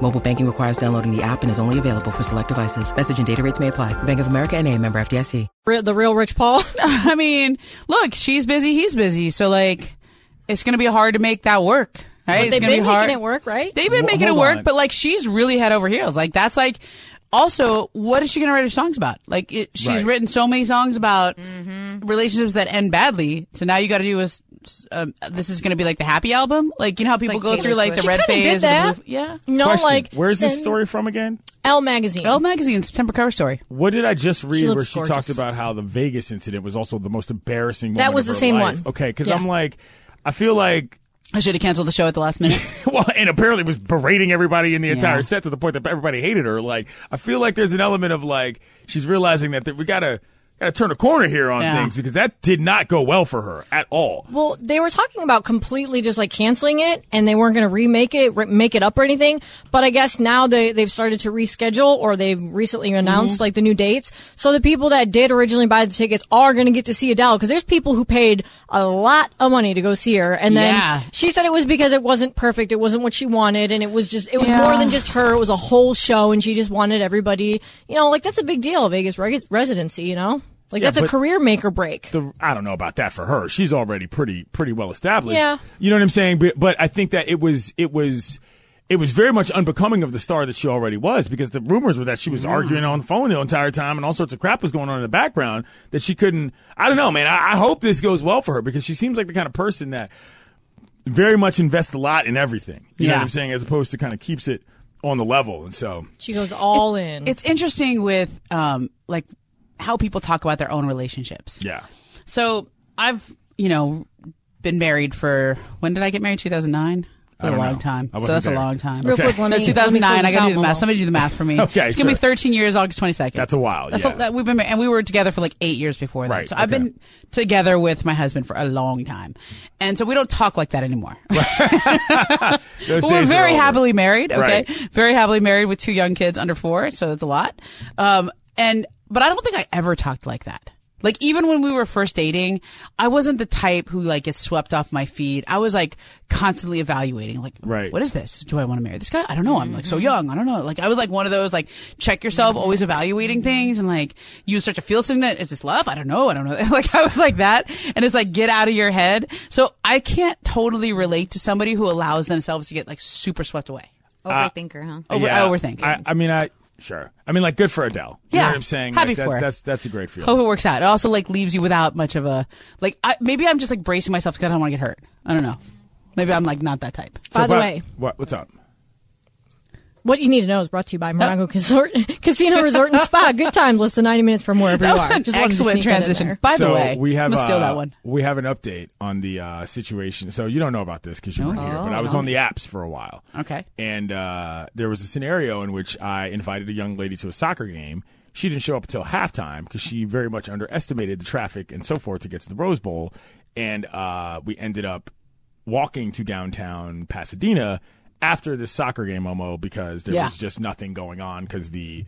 Mobile banking requires downloading the app and is only available for select devices. Message and data rates may apply. Bank of America and a member FDIC. Re- the real Rich Paul. I mean, look, she's busy, he's busy. So like, it's gonna be hard to make that work. Right? They've it's gonna been be hard. making it work, right? They've been Wh- making it hold work, on. but like, she's really head over heels. Like that's like. Also, what is she going to write her songs about? Like, it, she's Right. written so many songs about Mm-hmm. relationships that end badly. So now you got to do a. s- s- Um, this is going to be like the happy album. Like, you know how people Like go Taylor through like the Swift. red kinda phase. did and the that. blue- yeah. no, Question, like where's this send- story from again? Elle magazine. Elle magazine September cover story. What did I just read looks where she gorgeous. talked about how the Vegas incident was also the most embarrassing? That moment was of the her same life? one. Okay, because Yeah. I'm like, I feel like, I should have canceled the show at the last minute. well, and apparently was berating everybody in the entire set to the point that everybody hated her. Like, I feel like there's an element of like she's realizing that, that we gotta gotta turn a corner here on Yeah. things because that did not go well for her at all. Well, they were talking about completely just like canceling it, and they weren't going to remake it, re- make it up or anything. But I guess now they they've started to reschedule, or they've recently announced Mm-hmm. like the new dates. So the people that did originally buy the tickets are going to get to see Adele because there's people who paid a lot of money to go see her, and then Yeah. she said it was because it wasn't perfect, it wasn't what she wanted, and it was just it was Yeah. more than just her. It was a whole show, and she just wanted everybody, you know, like that's a big deal, Vegas reg- residency, you know, like Yeah, that's a but- career make or break. the I don't know about that for her. She's already pretty pretty well established. Yeah. You know what I'm saying? But but I think that it was it was it was very much unbecoming of the star that she already was because the rumors were that she was arguing on the phone the entire time and all sorts of crap was going on in the background that she couldn't I don't know, man. I, I hope this goes well for her because she seems like the kind of person that very much invests a lot in everything. You know Yeah. what I'm saying? As opposed to kind of keeps it on the level. And so she goes all in. It's interesting with um like how people talk about their own relationships. yeah. So I've you know been married for when did I get married? Two thousand nine. A don't long know. time. I So wasn't that's there. a long time. Real quick, let No, me- 2009. let me close I got to this do the out, math. Momo. Somebody do the math for me. Okay, it's gonna be sure. 13 years, August 22nd. That's a while, That's yeah. a- that we've been married, and we were together for like eight years before that. Right, So I've okay. been together with my husband for a long time, and so we don't talk like that anymore. Those But we're days are very over. happily married. Okay, Right. very happily married with two young kids under four, so that's a lot. Um, and but I don't think I ever talked like that. Like even when we were first dating, I wasn't the type who like gets swept off my feet. I was like constantly evaluating, like, Right. what is this? Do I want to marry this guy? I don't know. I'm like so young. I don't know. Like I was like one of those like check yourself, Mm-hmm. always evaluating things, and like you start to feel something that is this love? I don't know. I don't know. like I was like that, and it's like get out of your head. So I can't totally relate to somebody who allows themselves to get like super swept away. Overthinker, huh? Over, Yeah. overthinking. I, I mean, I sure. I mean, like, good for Adele. You Yeah. know what I'm saying? Happy Like, that's, for her. that's that's a great feeling. Oh, Hope it works out. It also like leaves you without much of a like. I, maybe I'm just like bracing myself because I don't want to get hurt. I don't know. Maybe I'm like not that type. By the what- way, what, what's up? What you need to know is brought to you by Oh. Monaco Casor- Casino Resort and Spa. Good times, less than 90 minutes from wherever That you was are. an Just wanted to excellent sneak that in transition. there. By so the way, we have I'm gonna steal uh, that one. We have an update on the uh, situation. So you don't know about this because you weren't here, but I was on the apps for a while. Oh. Okay. And uh, there was a scenario in which I invited a young lady to a soccer game. She didn't show up until halftime because she very much underestimated the traffic and so forth to get to the Rose Bowl. And uh, we ended up walking to downtown Pasadena after the soccer game, Momo, because there Yeah. was just nothing going on because the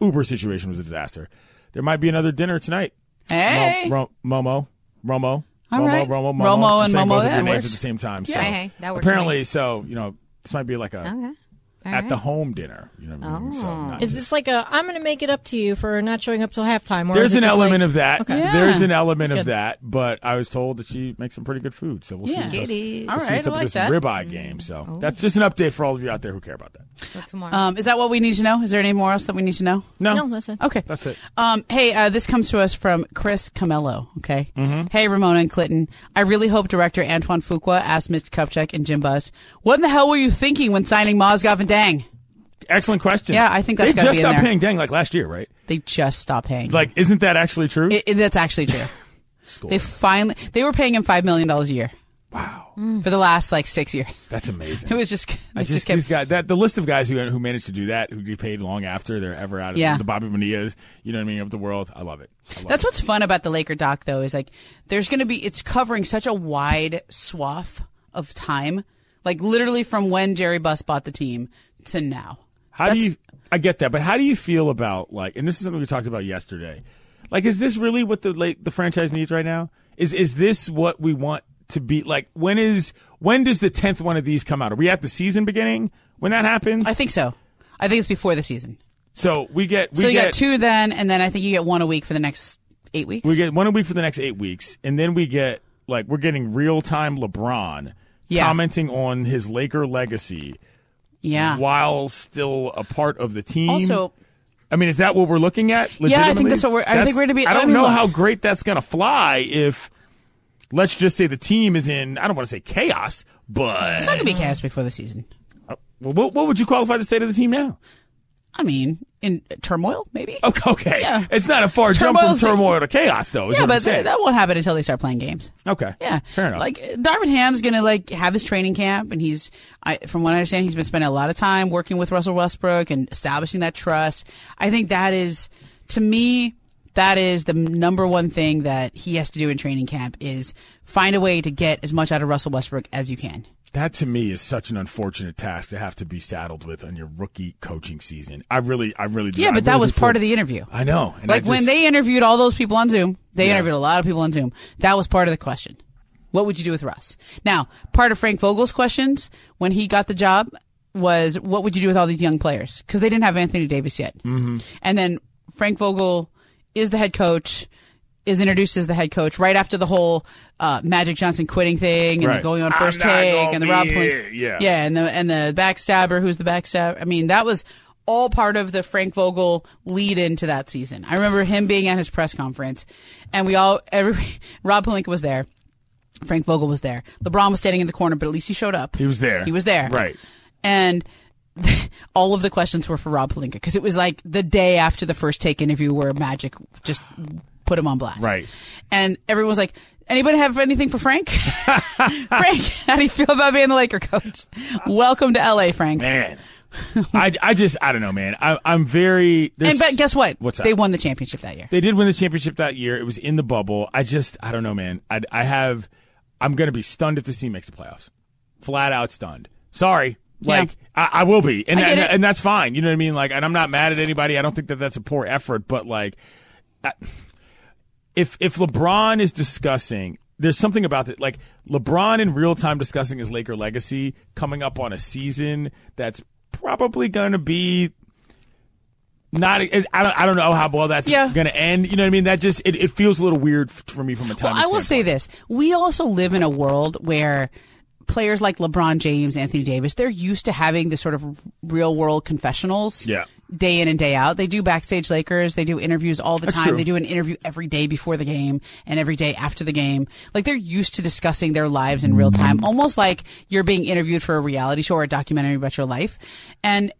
Uber situation was a disaster. There might be another dinner tonight. Hey. Mo- Ro- Momo. Romo. All Romo, right. Romo, Momo. Romo I'm and saying Momo, both of that their names works. at the same time. Yeah. so Hey, that works for apparently, me. so you know, this might be like a Oh, Okay. All right. at Oh. the home dinner. You know what I mean? So not- Is this like a, I'm going to make it up to you for not showing up till halftime? Or there's is it an just element like, of that. Yeah. There's an element of good. that, but I was told that she makes some pretty good food, so we'll Yeah. see. Get it. Oh. All We'll see right, what's I up like with this that. ribeye game. So that's just an update for all of you out there who care about that. So tomorrow. Um, is that what we need to know? Is there any more else that we need to know? No, No, listen. Okay. That's it. Um, hey, uh, this comes to us from Chris Camello. Okay. Mm-hmm. Hey, Ramona and Clinton. I really hope director Antoine Fuqua asked Mr. Kupchak and Jim Buzz, what in the hell were you thinking when signing Mozgov and Dang? excellent question. Yeah, I think that's they gotta just be in stopped there. paying dang like last year, right? They just stopped paying. Like, isn't that actually true? It- it- that's actually true. they finally, they were paying him $5 million a year. wow. for the last like six years. That's amazing. It was just, it I just, just, these kept. guys, that the list of guys who who managed to do that, who get paid long after they're ever out of Yeah. the Bobby Bonillas, you know what I mean, of the world. I love it. I love That's it. what's fun about the Laker doc, though, is like there's going to be it's covering such a wide swath of time, like literally from when Jerry Buss bought the team to now. How do you? I get that, but how do you feel about like? And this is something we talked about yesterday. Like, is this really what the like, the franchise needs right now? Is is this what we want to be? Like, when is when does the tenth one of these come out? Are we at the season beginning when that happens? I think so. I think it's before the season. so. We get we so you get got two then, and then I think you get one a week for the next eight weeks. We get one a week for the next eight weeks, and then we get like we're getting real time LeBron Yeah. commenting on his Laker legacy yeah. while still a part of the team. Also, I mean, is that what we're looking at? I think legitimately? that's what we're- I think we're gonna be- I I don't mean, know look- how great that's going to fly if. Let's just say the team is in. I don't want to say chaos, but it's not gonna be cast before the season. Well, what, what would you qualify the state of the team now? I mean, in turmoil, maybe. Okay, okay. Yeah. it's not a far jump from Turmoil's- turmoil to chaos, though. Is yeah, what I'm but saying. th- that won't happen until they start playing games. okay, Yeah, fair enough. Like Darvin Ham's gonna like have his training camp, and he's, I, from what I understand, he's been spending a lot of time working with Russell Westbrook and establishing that trust. I think that is, to me, that is the number one thing that he has to do in training camp is find a way to get as much out of Russell Westbrook as you can. That to me is such an unfortunate task to have to be saddled with on your rookie coaching season. I really, I really. do- Yeah, I but that really was do part feel- of the interview. I know. and I like when just- they interviewed all those people on Zoom, they Yeah. interviewed a lot of people on Zoom. That was part of the question. What would you do with Russ? Now, part of Frank Vogel's questions when he got the job was, "What would you do with all these young players?" Because they didn't have Anthony Davis yet. Mm-hmm. And then Frank Vogel is the head coach. Is introduced as the head coach right after the whole uh, Magic Johnson quitting thing and Right. going on I'm 1st not take gonna and the be Rob Plinth- here. Yeah. yeah, and the and the backstabber who's the backstabber. I mean, that was all part of the Frank Vogel lead into that season. I remember him being at his press conference, and we all every Rob Palinka was there, Frank Vogel was there, LeBron was standing in the corner, but at least he showed up. he was there. He was there. Right. And all of the questions were for Rob Palinka because it was like the day after the first take interview where Magic just put him on blast. Right. And everyone was like, anybody have anything for Frank? Frank, how do you feel about being the Laker coach? Welcome to LA, Frank. Man, I, I just, I don't know, man. I, I'm very. and there's- but guess what? What's that? They won the championship that year. They did win the championship that year. It was in the bubble. I just, I don't know, man. I, I have, I'm going to be stunned if this team makes the playoffs. Flat out stunned. Sorry. Like, I, I will be. And, I get and, it. and that's fine. You know what I mean? Like, and I'm not mad at anybody. I don't think that that's a poor effort, but like, I, if, if LeBron is discussing, there's something about it. Like, LeBron in real time discussing his Laker legacy coming up on a season that's probably going to be not I don't, I don't know how well that's Yeah. going to end. You know what I mean? That just it, it feels a little weird f- for me from a time. Well, I will say this: we also live in a world where players like LeBron James, Anthony Davis, they're used to having the sort of real world confessionals. Yeah. Day in and day out. They do backstage Lakers. They do interviews all the time. true. They do an interview every day before the game and every day after the game. Like they're used to discussing their lives in real Mm-hmm. time, almost like you're being interviewed for a reality show or a documentary about your life. And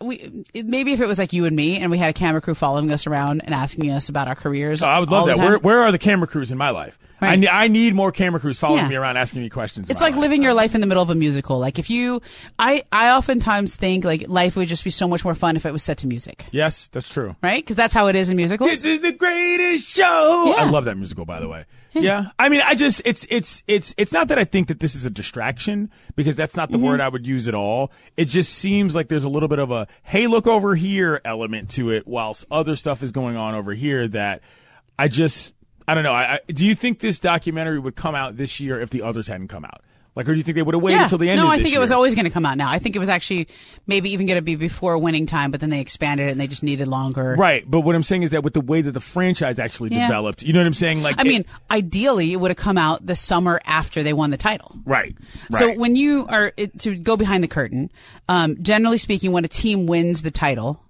we it- maybe if it was like you and me and we had a camera crew following us around and asking us about our careers. Oh, I would all love the that. time. Where where are the camera crews in my life? I Right. ne- I need more camera crews following Yeah. me around asking me questions. It's about like it. living your life in the middle of a musical. Like if you, I, I oftentimes think like life would just be so much more fun if it was set to music, yes, that's true. right? Because that's how it is in musicals. This is the greatest show. Yeah. I love that musical, by the way. Yeah. I mean, I just it's it's it's it's not that I think that this is a distraction because that's not the Mm-hmm. word I would use at all. It just seems like there's a little bit of a hey, look over here element to it, whilst other stuff is going on over here that I just I don't know. I, I do you think this documentary would come out this year if the others hadn't come out? Like, or do you think they would have waited yeah. until the end? no, of I this think it was year? always going to come out now. I think it was actually maybe even going to be before winning time, but then they expanded it and they just needed longer. right. But what I'm saying is that with the way that the franchise actually Yeah. developed, you know what I'm saying? Like, I it- mean, ideally, it would have come out the summer after they won the title. right, right. So when you are it, to go behind the curtain, um, generally speaking, when a team wins the title,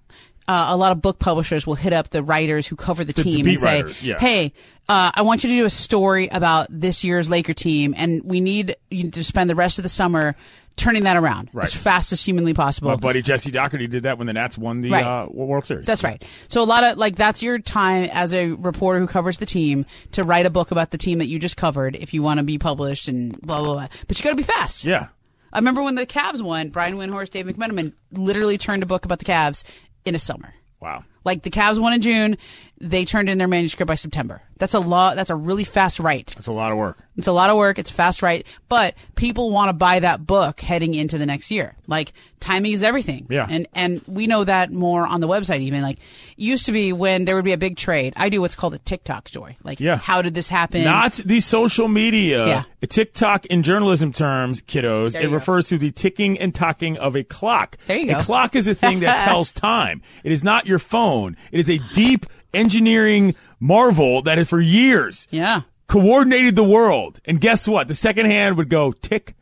uh, a lot of book publishers will hit up the writers who cover the, The- the team beat and say, writers, yeah. "Hey, uh, I want you to do a story about this year's Laker team, and we need you to spend the rest of the summer." turning that around Right. as fast as humanly possible. My buddy Jesse Doherty did that when the Nats won the Right. uh, World Series. That's right. So a lot of like that's your time as a reporter who covers the team to write a book about the team that you just covered if you want to be published and blah blah blah. But you got to be fast. Yeah. I remember when the Cavs won, Brian Windhorst, Dave McMenamin literally turned a book about the Cavs in a summer. Wow. Like the Cavs won in June, they turned in their manuscript by September. That's a lot. That's a really fast write. That's a lot of work. It's a lot of work. It's fast right, but people want to buy that book heading into the next year. Like timing is everything. Yeah. And and we know that more on the website even. Like it used to be when there would be a big trade, I do what's called a TikTok story. Like Yeah. how did this happen? Not the social media. Yeah. TikTok in journalism terms, kiddos, There it you go. refers to the ticking and tocking of a clock. There you A go. clock is a thing that tells time. It is not your phone. It is a deep engineering marvel that has for years Yeah. coordinated the world. And guess what? The second hand would go tick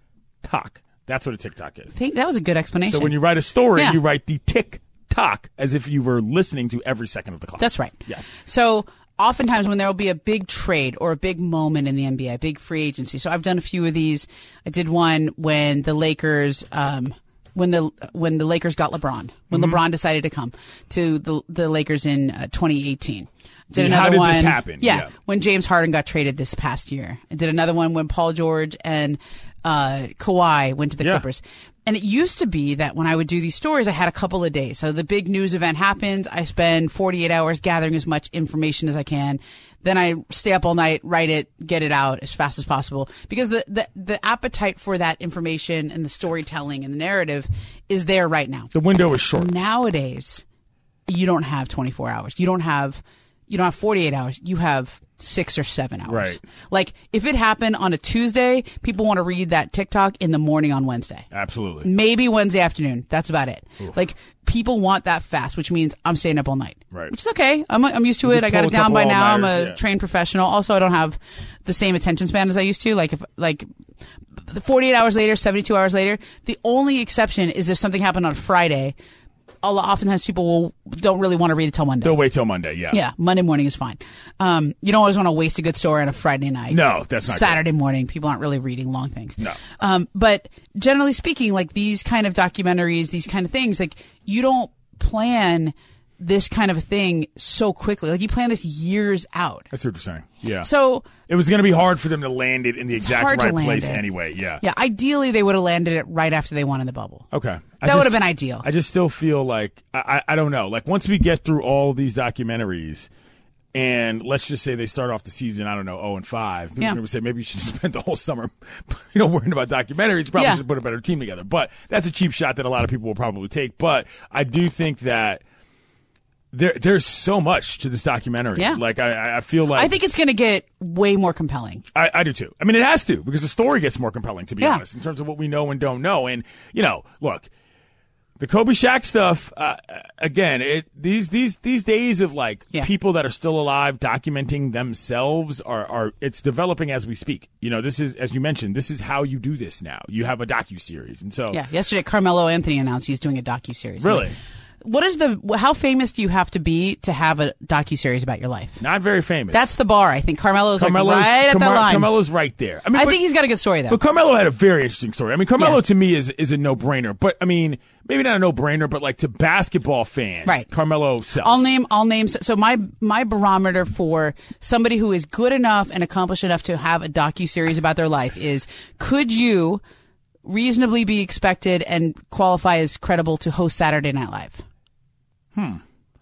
tock. That's what a TikTok is. I think that was a good explanation. So when you write a story, Yeah. you write the tick tock as if you were listening to every second of the clock. That's right. Yes. So oftentimes when there will be a big trade or a big moment in the NBA, a big free agency. So I've done a few of these. I did one when the Lakers, um, when the when the Lakers got LeBron, when Mm-hmm. LeBron decided to come to the the Lakers in uh, 2018. Did Yeah, another how did one. this happen? Yeah, Yeah. when James Harden got traded this past year. I did another one when Paul George and uh, Kawhi went to the Yeah. Clippers. And it used to be that when I would do these stories, I had a couple of days. So the big news event happens. I spend 48 hours gathering as much information as I can. Then I stay up all night, write it, get it out as fast as possible. Because the, the, the appetite for that information and the storytelling and the narrative is there right now The window is short. nowadays you don't have 24 hours you don't have you don't have 48 hours you have six or seven hours Right. like if it happened on a tuesday people want to read that tiktok in the morning on wednesday Absolutely. maybe wednesday afternoon that's about it like people want that fast which means i'm staying up all night Right. which is okay i'm, I'm used to You it can i got pull it a down by couple now i'm a all-nighters, yeah. trained professional also i don't have the same attention span as i used to like if like the 48 hours later, 72 hours later. The only exception is if something happened on Friday. A lot, oftentimes people will, don't really want to read it till Monday. They'll wait till Monday. Yeah. yeah, Monday morning is fine. Um, you don't always want to waste a good story on a Friday night. No, that's not good. Saturday morning. People aren't really reading long things. No. Um, but generally speaking, like these kind of documentaries, these kind of things, like you don't plan this kind of a thing so quickly. Like you plan this years out. That's what you're saying. Yeah. So It was going to be hard for them to land it in the exact hard to right land place it. anyway. Yeah. yeah, ideally they would have landed it right after they won in the bubble. Okay. I That just- would've been ideal. I just still feel like I, I I don't know. Like once we get through all these documentaries, and let's just say they start off the season, I don't know, zero and five. People Yeah. would say maybe you should spend the whole summer, you know, worrying about documentaries. Probably Yeah. should put a better team together. But that's a cheap shot that a lot of people will probably take. But I do think that. There, there's so much to this documentary. Yeah. Like I- I, I feel like I think it's going to get way more compelling. I, I do too. I mean, it has to because the story gets more compelling, to be Yeah. honest, in terms of what we know and don't know. And you know, look, the Kobe Shaq stuff. Uh, again, it, these these these days of like Yeah. people that are still alive documenting themselves are are it's developing as we speak. You know, this is as you mentioned, this is how you do this now. You have a docu series, and so Yeah. Yesterday, Carmelo Anthony announced he's doing a docu series. really. What is the? How famous do you have to be to have a docu series about your life? Not very famous. That's the bar. I think Carmelo's, like, Carmelo's right at that Carmel- line. Carmelo's right there. I mean, I but- think he's got a good story though. But Carmelo had a very interesting story. I mean, Carmelo Yeah. to me is is a no brainer. But I mean, maybe not a no brainer, but like to basketball fans, Right. Carmelo sells. I'll name. I'll name. So my my barometer for somebody who is good enough and accomplished enough to have a docu series about their life is: Could you reasonably be expected and qualify as credible to host Saturday Night Live? Hmm.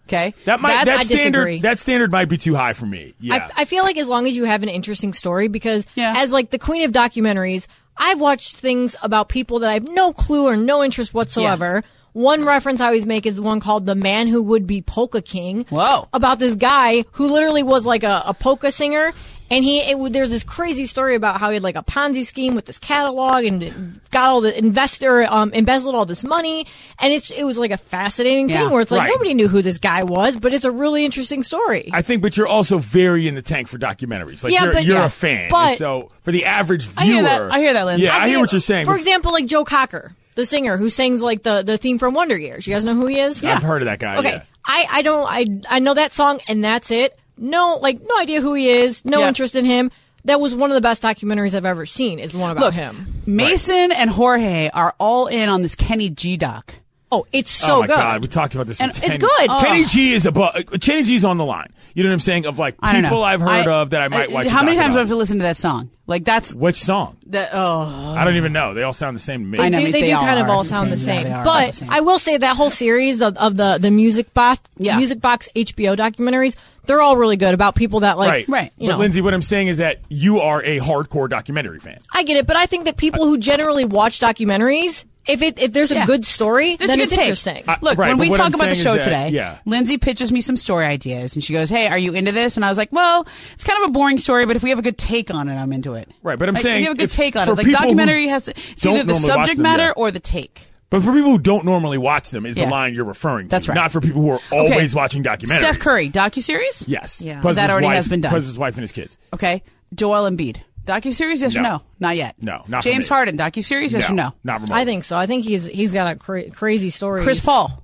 Okay. that might That's- that I disagree. standard that standard might be too high for me. Yeah, I, I feel like as long as you have an interesting story, because Yeah. as like the queen of documentaries, I've watched things about people that I have no clue or no interest whatsoever. One reference I always make is the one called "The Man Who Would Be Polka King." Whoa. About this guy who literally was like a, a polka singer, and he it, w- there's this crazy story about how he had like a Ponzi scheme with this catalog and got all the investor um, embezzled all this money, and it's it was like a fascinating Yeah. thing where it's like Right. nobody knew who this guy was, but it's a really interesting story. I think, but you're also very in the tank for documentaries. Like Yeah, you're, but- you're yeah. a fan, And But- so for the average viewer, hear that- I hear that, Lynn. Yeah, I I, hear think- what you're saying. For but example, like Joe Cocker, the singer who sings like the, the theme from Wonder Years. You guys know who he is? I've heard of that guy. Okay. yeah. I, I don't I I know that song and that's it. No like no idea who he is, no Yeah. interest in him. that was one of the best documentaries I've ever seen. Is the one about him. Mason and Jorge are all in on this Kenny G doc. Oh, it's so oh my good. God, we talked about this. for And Oh. 10 it's good. minutes. Kenny G is above. Kenny G's on the line. You know what I'm saying? Of like I don't know. people I've heard I- of that I might I- watch. a How many doc times do I about. have to listen to that song? Like that's Which song? the oh. I don't even know. They all sound the same to me. I know. They, mean, do- they they do all kind of are all the sound the same. Yeah, same. they are all the but same. I will say that whole series of, of the the music box Yeah. music box HBO documentaries, they're all really good about people that like right. Right. But you know. Lindsay, what I'm saying is that you are a hardcore documentary fan. I get it, but I think that people who generally watch documentaries, if it if there's a Yeah. good story, There's then a good it's take. interesting. I- Look, right, when but we what talk I'm about the saying show is that- today, yeah. Lindsay pitches me some story ideas, and she goes, "Hey, are you into this?" And I was like, "Well, it's kind of a boring story, but if we have a good take on it, I'm into it." Right, but I'm Like, saying if you have a good if- take on for it. Like people who documentary has to it's don't either the normally watch subject them, matter yeah. or the take. But for people who don't normally watch them, is the Yeah. line you're referring to. That's right. Not for people who are Okay. always watching documentaries. Steph Curry docuseries. Yes. Yeah. Plus That his already wife- has been done. Plus his wife and his kids. Okay. Joel Embiid docuseries. Yes or No. no? Not yet. No, not for James me. Harden docuseries. Yes or no? Not remotely. I think so. I think he's he's got a cra- crazy story. Chris Paul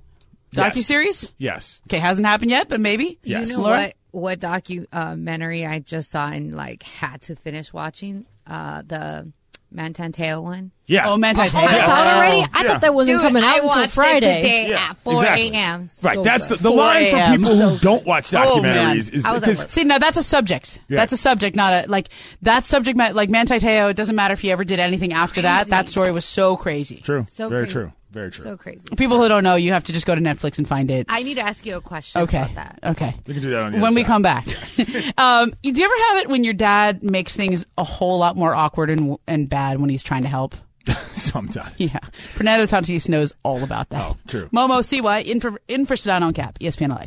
Yes. docuseries. Yes. Okay, hasn't happened yet, but maybe. Yes. You know Laura? what? What documentary I just saw and like had to finish watching? Uh, the Mantanteo one. Yeah. Oh, man, Oh, it's out already. I Yeah. thought that wasn't coming out I until watched Friday. it today Yeah, at 4 exactly. a.m. Right. So That's the, good. the line for 4 a.m. people who So don't watch Oh, man. documentaries is I was at because work. See, now that's a subject. Yeah. That's a subject, not a like that subject. ma- Like Manti Te'o, it doesn't matter if he ever did anything after that. That story was so crazy. true. So Very crazy. true. Very true. So crazy. People who don't know, you have to just go to Netflix and find it. I need to ask you a question okay. about that. Okay. We can do that on the When other we side. come back, um, do you ever have it when your dad makes things a whole lot more awkward and and bad when he's trying to help? Sometimes. Yeah, Fernando Tatis knows all about that. Oh, true. Momo Siwa in for in for Sedano on Cap, E ESPN LA.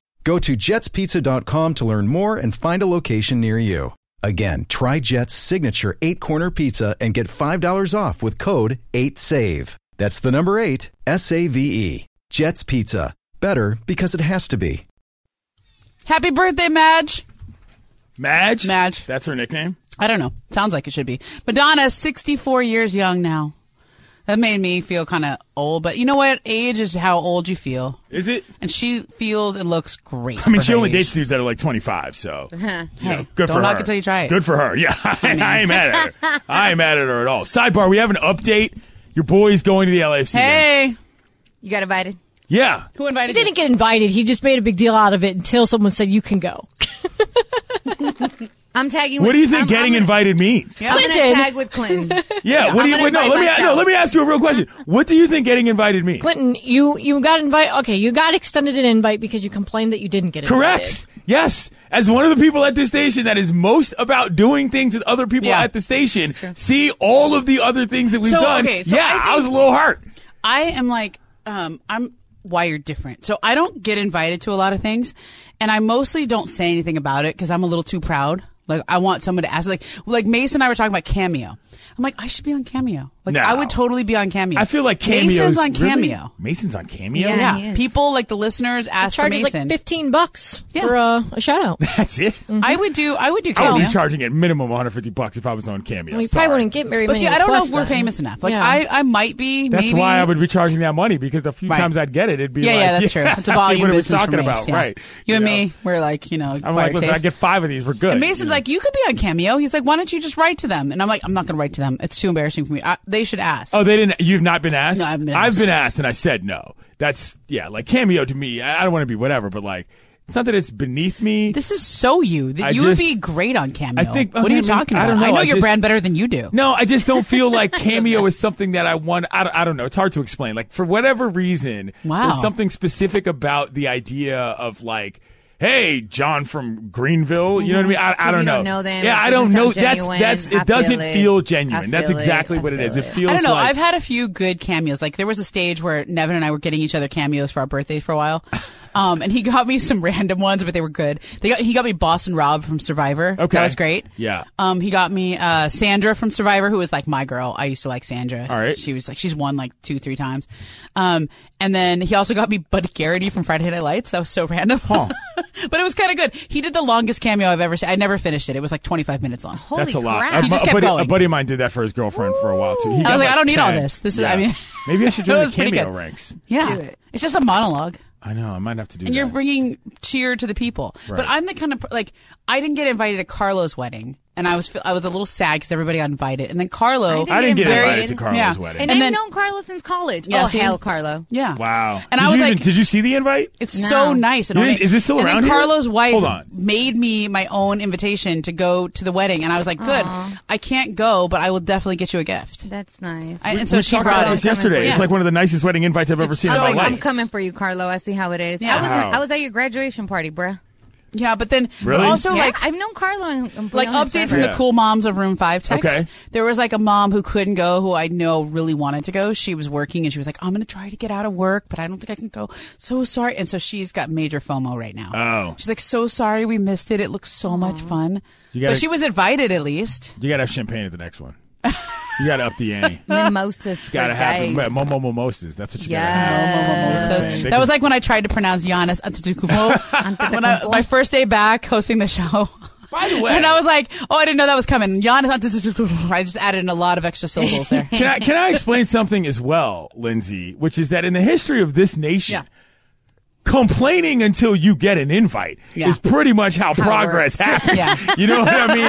Go to jetspizza.com to learn more and find a location near you. Again, try Jet's signature eight corner pizza and get $5 off with code 8SAVE. That's the number eight, S A V E. Jet's Pizza. Better because it has to be. Happy birthday, Madge. Madge. Madge. That's her nickname. I don't know. Sounds like it should be. Madonna, 64 years young now. That made me feel kind of old, but you know what? Age is how old you feel. Is it? And she feels and looks great. I mean, for she her only age. dates dudes that are like 25. So, you know, good don't for knock her. it till you try it. Good for her. Yeah, I, ain't mad at her. I ain't mad at her at all. Sidebar: We have an update. Your boy's going to the LAFC. game. Hey, You got invited? Yeah. who invited He didn't get invited. He just made a big deal out of it until someone said you can go. I'm tagging. What with, do you think I'm, getting I'm gonna- invited means? Yeah. I'm going Clinton. to tag with Clinton. what do I'm you? gonna Wait, no. invite Let me. No. myself. Let me ask you a real question. What do you think getting invited means? Clinton, you you got invite. Okay, you got extended an invite because you complained that you didn't get invited. Correct. Yes. As one of the people at this station that is most about doing things with other people Yeah. at the station, see all of the other things that we've So, done. okay, so yeah, I think- was a little hurt. I am like, um, I'm wired different. So I don't get invited to a lot of things, and I mostly don't say anything about it because I'm a little too proud. Like I want someone to ask. Like like Mason and I were talking about cameo. I'm like I should be on cameo. Like No. I would totally be on cameo. I feel like cameos. Mason's on really? cameo. Mason's on cameo. Yeah. Yeah, he is. people like the listeners ask for Charges Mason. like fifteen bucks Yeah. for a, a shout out. That's it. I would do. I would do I would cameo. be charging at minimum 150 bucks if I was on cameo. We Sorry. probably wouldn't get very But many. see, I don't know if requests we're then. famous enough. Like Yeah. I, I might be. That's maybe. why I would be charging that money because the few Right. times I'd get it, it'd be Yeah, like, yeah, that's true. It's a volume what are we business talking for Mace, about? yeah. Right. You, and know? me, we're like you know. I'm like, acquired listen, I taste. get five of these. We're good. And Mason's you know? like, you could be on Cameo. He's like, why don't you just write to them? And I'm like, I'm not going to write to them. It's too embarrassing for me. I, they should ask. Oh, they didn't. You've not been asked. No, I haven't been I've asked. been asked, and I said no. That's yeah, like cameo to me. I, I don't want to be whatever, but like It's not that it's beneath me. This is so you that I you would just- be great on Cameo. I think- What are okay, you I mean, talking I about? don't know. I know I your just- brand better than you do. No, I just don't feel like cameo is something that I want. I, don't- I don't know. It's hard to explain. Like for whatever reason, Wow. there's something specific about the idea of like. Hey, John from Greenville. You know what I mean? I, Mm-hmm. I 'Cause don't you know. don't know them. Yeah, It I don't doesn't know. sound That's that's. genuine. I It doesn't feel it. feel I genuine. that's feel it. exactly I what it is. feel It it. feels. I don't know. Like, I've had a few good cameos. Like there was a stage where Nevin and I were getting each other cameos for our birthdays for a while, um, and he got me some random ones, but they were good. They got he got me Boston Rob from Survivor. Okay. that was great. Yeah. Um, he got me uh, Sandra from Survivor, who was like my girl. I used to like Sandra. All right. She was like she's won like two three times. Um, and then he also got me Bud Garrity from Friday Night Lights. That was so random. but it was kind of good. He did the longest cameo I've ever seen. I never finished it. It was like twenty five minutes long. Holy that's a lot. Uh, crap. A, You just bu- kept buddy, going. a buddy of mine did that for his girlfriend for a while too. He got, was like, I don't need all 10. this. This is- I mean- maybe I should join That the was pretty cameo good. ranks. Yeah. Do it. It's just a monologue. I know. I might have to do. And that. you're bringing cheer to the people. But I'm the kind of like I didn't get invited to Carlo's wedding, and I was fe- I was a little sad because everybody got invited, and then Carlo. didn't I didn't get Very- invited to Carlo's yeah. wedding. And, And I've then- known Carlo since college. Yeah, oh, see? hell, Carlo. yeah. Wow. And did I was you like, even- did you see the invite? it's No. so nice. And You all didn't- that- is this still and around Then here? Carlo's wife Hold on. made me my own invitation to go to the wedding, and I was like, "Good, I can't go, but I will definitely get you a gift." That's nice. I, and so we she talked brought about it. this yesterday. Yeah. It's like one of the nicest wedding invites I've ever It's seen so in my I'm, life. I'm coming for you, Carlo. I see how it is. Yeah. I was Wow. I was at your graduation party, bruh. Yeah, but then but Really? also yeah, like I've known Carlo. And, and like update from the Yeah. cool moms of room five text Okay. there was like a mom who couldn't go who i know really wanted to go she was working and she was like i'm gonna try to get out of work but i don't think i can go so sorry and so she's got major fomo right now Oh. she's like so sorry we missed it it looks so much fun You gotta- but she was invited at least You gotta have champagne at the next one. You gotta up the ante. mimosas. For gotta have days. the mo- mo- mimosas. That's what you Yes. gotta have. So They that can- was like when I tried to pronounce Giannis Antetokounmpo when I, my first day back hosting the show. By the way- and I was like, "Oh, I didn't know that was coming." Giannis Antetokounmpo. I just added in a lot of extra syllables there. Can I can I explain something as well, Lindsay? Which is that in the history of this Yeah. nation. Complaining until you get an invite Yeah. is pretty much how, progress happens. Yeah. You know what I mean?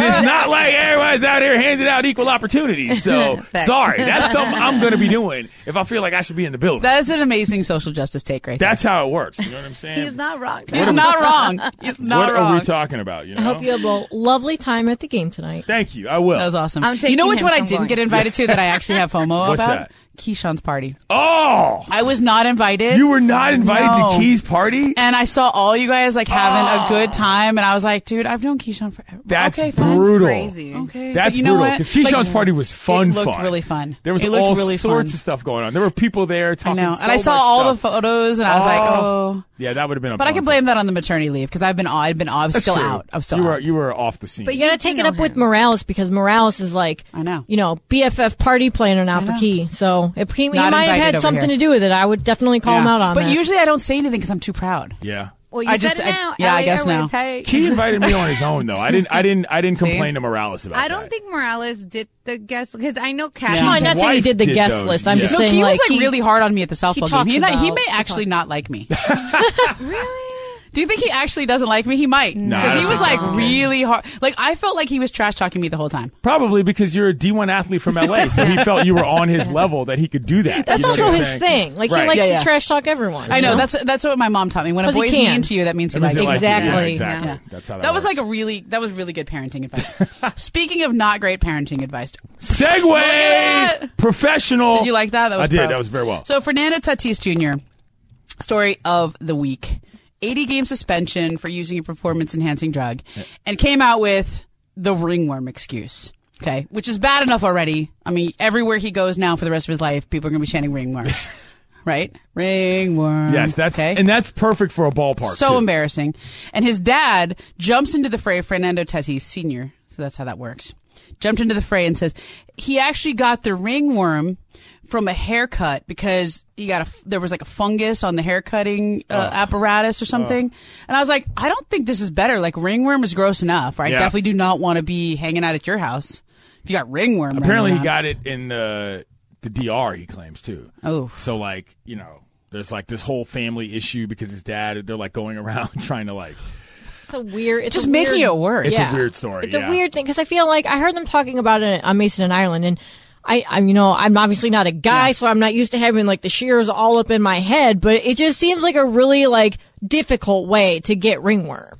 it's not like everybody's out here handing out equal opportunities. So Facts. sorry, that's something I'm going to be doing if I feel like I should be in the building. That is an amazing social justice take right that's how it works. You know what I'm saying? He's not wrong. there. He's not wrong. He's not what wrong. are we talking about? You know? I hope you have a lovely time at the game tonight. Thank you. I will. that was awesome. I'm you know taking which him one I from didn't going. get invited to that I actually have FOMO What's about? that? Keyshawn's party. Oh, I was not invited. you were not invited No. to Key's party. and I saw all you guys like having a good time, and I was like, "Dude, I've known Keyshawn forever." That's okay, fine. brutal. Crazy. Okay, That's but you know brutal. what? Because Keyshawn's Like, party was fun. It looked fun. really fun. There was it looked all really sorts fun. of stuff going on. There were people there I talking. know, so and I saw much all the stuff. photos, and I was like, "Oh." yeah, that would have been. A But I can bummer. blame that on the maternity leave because I've been off. I've been off. That's still true. out. I'm still you were out. you were off the scene. But you gotta do take it know up with him. Morales because Morales is like I know. you know BFF party planner now for know. Key. So if he, he Not might have invited over had something here. to do with it, I would definitely call him Yeah. out on But that. usually I don't say anything because I'm too proud. yeah. Well, you I said just- it I- now. yeah, I LA guess now. Airways, hey. Key invited me on his own though. I didn't. I didn't. I didn't See? complain to Morales about. I don't that. think Morales did the guest because I know Kathy. Yeah. No, I'm not saying he wife did the did guest those, list. I'm yeah. just No, saying he was like, like he- really hard on me at the softball game. talks He, not, he about- may he actually talks- not like me. Really? Do you think he actually doesn't like me? He might. No, I Because he don't was think like that's the case. really hard. Like I felt like he was trash talking me the whole time. Probably because you're a D1 athlete from LA, so he felt you were on his level that he could do that. that's You know also what I'm his saying? thing. Like Right. he likes Yeah, yeah. to trash talk everyone. I know So- that's that's what my mom taught me. When a 'Cause he boy's can. mean to you, that means he That means likes he you. likes you. Yeah, Exactly. exactly. Yeah. That's how that, That was works. like a really that was really good parenting advice. Speaking of not great parenting advice, at segue. that. Professional. Did you like that? That was Oh, I did. pro. That was very well. So Fernando Tatis Jr. story of the week: eighty game suspension for using a performance enhancing drug, and came out with the ringworm excuse. Okay, which is bad enough already. I mean, everywhere he goes now for the rest of his life, people are going to be chanting ringworm, right? Ringworm. yes, that's okay. and that's perfect for a ballpark. So too. embarrassing. And his dad jumps into the fray, Fernando Tatis Sr. So that's how that works. Jumped into the fray and says he actually got the ringworm from a haircut because he got a there was like a fungus on the hair cutting uh, apparatus or something. And I was like, I don't think this is better. Like ringworm is gross enough. Or I Yeah. definitely do not want to be hanging out at your house if you got ringworm. running Apparently, he around. got it in uh, the DR. He claims too. Oh. so like you know, there's like this whole family issue because his dad. They're like going around trying to like. It's a weird. It's just a making weird- it worse. It's yeah. a weird story. It's yeah. a weird thing because I feel like I heard them talking about it on Mason and Ireland, and I, I you know, I'm obviously not a guy, so I'm not used to having like the shears all up in my head, but it just seems like a really like difficult way to get ringworm.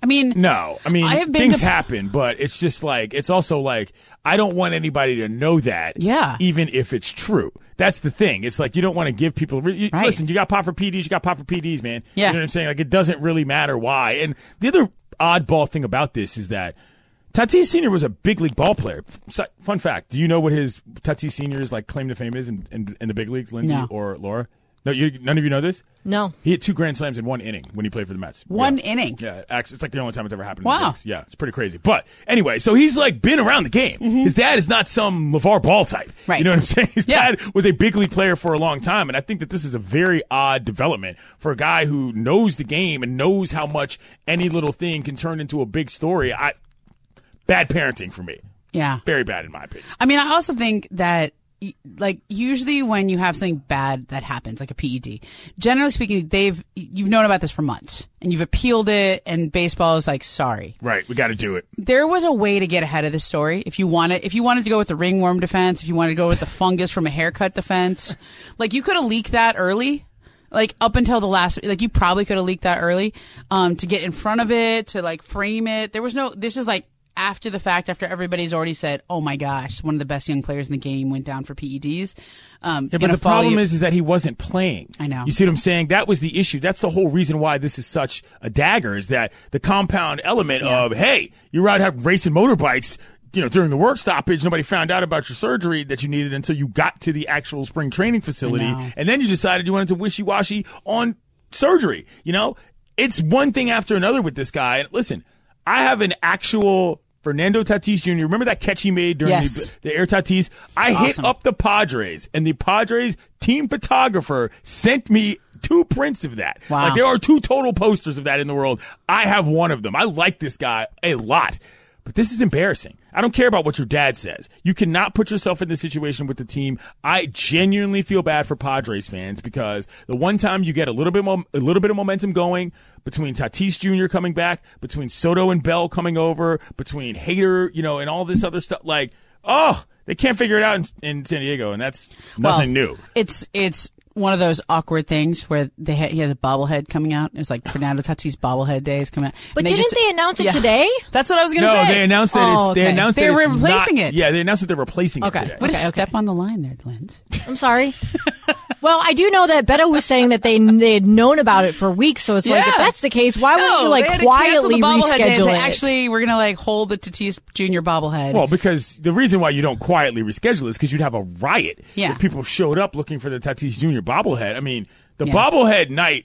I mean, No, I mean I have been things to- happen, but it's just like it's also like I don't want anybody to know that. Yeah. even if it's true, that's the thing. It's like you don't want to give people. re- You, Right. Listen, you got pop for PDs, you got pop for PDs, man. Yeah. you know what I'm saying. Like it doesn't really matter why. And the other oddball thing about this is that. Tatis Senior was a big league ball player. F- Fun fact: Do you know what his Tatis Senior's like claim to fame is in, in, in the big leagues, Lindsay No. or Laura? No, you, none of you know this. No. He hit two grand slams in one inning when he played for the Mets. One Yeah. inning? Yeah, actually, it's like the only time it's ever happened. Wow. In the bigs. yeah, it's pretty crazy. But anyway, so he's like been around the game. His dad is not some LeVar Ball type. Mm-hmm. Right. You know what I'm saying? His Yeah. dad was a big league player for a long time, and I think that this is a very odd development for a guy who knows the game and knows how much any little thing can turn into a big story. I bad parenting for me. yeah. Very bad in my opinion. I mean, I also think that y- like usually when you have something bad that happens, like a PED, generally speaking, they've you've known about this for months and you've appealed it, and baseball is like, sorry. Right. We got to do it. There was a way to get ahead of this story if you want to, if you wanted to go with the ringworm defense, if you wanted to go with the fungus from a haircut defense, like you could have leaked that early. Like up until the last, like you probably could have leaked that early, um, to get in front of it, to like frame it. There was no. This is like after the fact, after everybody's already said, "Oh my gosh, one of the best young players in the game went down for PEDs." Um, Yeah, but gonna the follow problem you- is, is that he wasn't playing. I know. You see what I'm saying? That was the issue. That's the whole reason why this is such a dagger is that the compound element of, hey, you're out have racing motorbikes, you know, during the work stoppage, nobody found out about your surgery that you needed until you got to the actual spring training facility. And then you decided you wanted to wishy-washy on surgery. You know, it's one thing after another with this guy. And listen, I have an actual Fernando Tatis Jr. Remember that catch he made during Yes. the, the air Tatis? I hit awesome. up the Padres, and the Padres team photographer sent me two prints of that. Wow. Like there are two total posters of that in the world. I have one of them. I like this guy a lot. But this is embarrassing. I don't care about what your dad says. You cannot put yourself in this situation with the team. I genuinely feel bad for Padres fans because the one time you get a little bit more, a little bit of momentum going between Tatis Jr. coming back, between Soto and Bell coming over, between Hater, you know, and all this other stuff, like oh, they can't figure it out in, in San Diego, and that's nothing Well, new. It's it's one of those awkward things where they ha- he has a bobblehead coming out. It's like Fernando Tatis bobblehead day is coming out. But And didn't just- they announce it Yeah. today? That's what I was going to No, say. they announced that it's Oh, they okay. announced they that were it's replacing not- it. Yeah, they announced that they're replacing Okay. it today. What a Okay, okay. step on the line there, Lynn. I'm sorry. well, I do know that Beto was saying that they they had known about it for weeks, so it's like Yeah. if that's the case, why wouldn't you No, they like had to cancel the quietly bobblehead day and reschedule say, it? Actually, we're going to like hold the Tatis Jr. bobblehead. Well, because the reason why you don't quietly reschedule is because you'd have a riot. Yeah. If people showed up looking for the Tatis Jr. bobblehead. I mean, the bobblehead night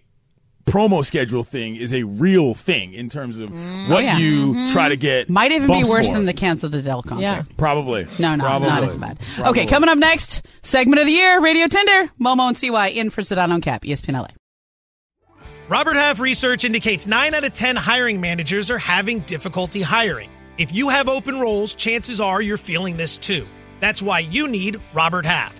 promo schedule thing is a real thing in terms of what Mm. Oh, yeah. Mm-hmm. you try to get. Might even be bumps worse for. than the canceled Adele concert. Yeah. Probably. No, no, Probably. not as bad. Probably. Okay, coming up next, segment of the year, Radio Tinder, Momo and CY in for Sedano and Cap, E ESPN LA. Robert Half research indicates 9 out of 10 hiring managers are having difficulty hiring. If you have open roles, chances are you're feeling this too. That's why you need Robert Half.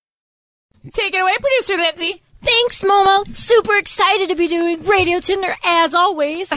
Take it away, producer Lindsay. Thanks, Momo. Super excited to be doing Radio Tinder as always.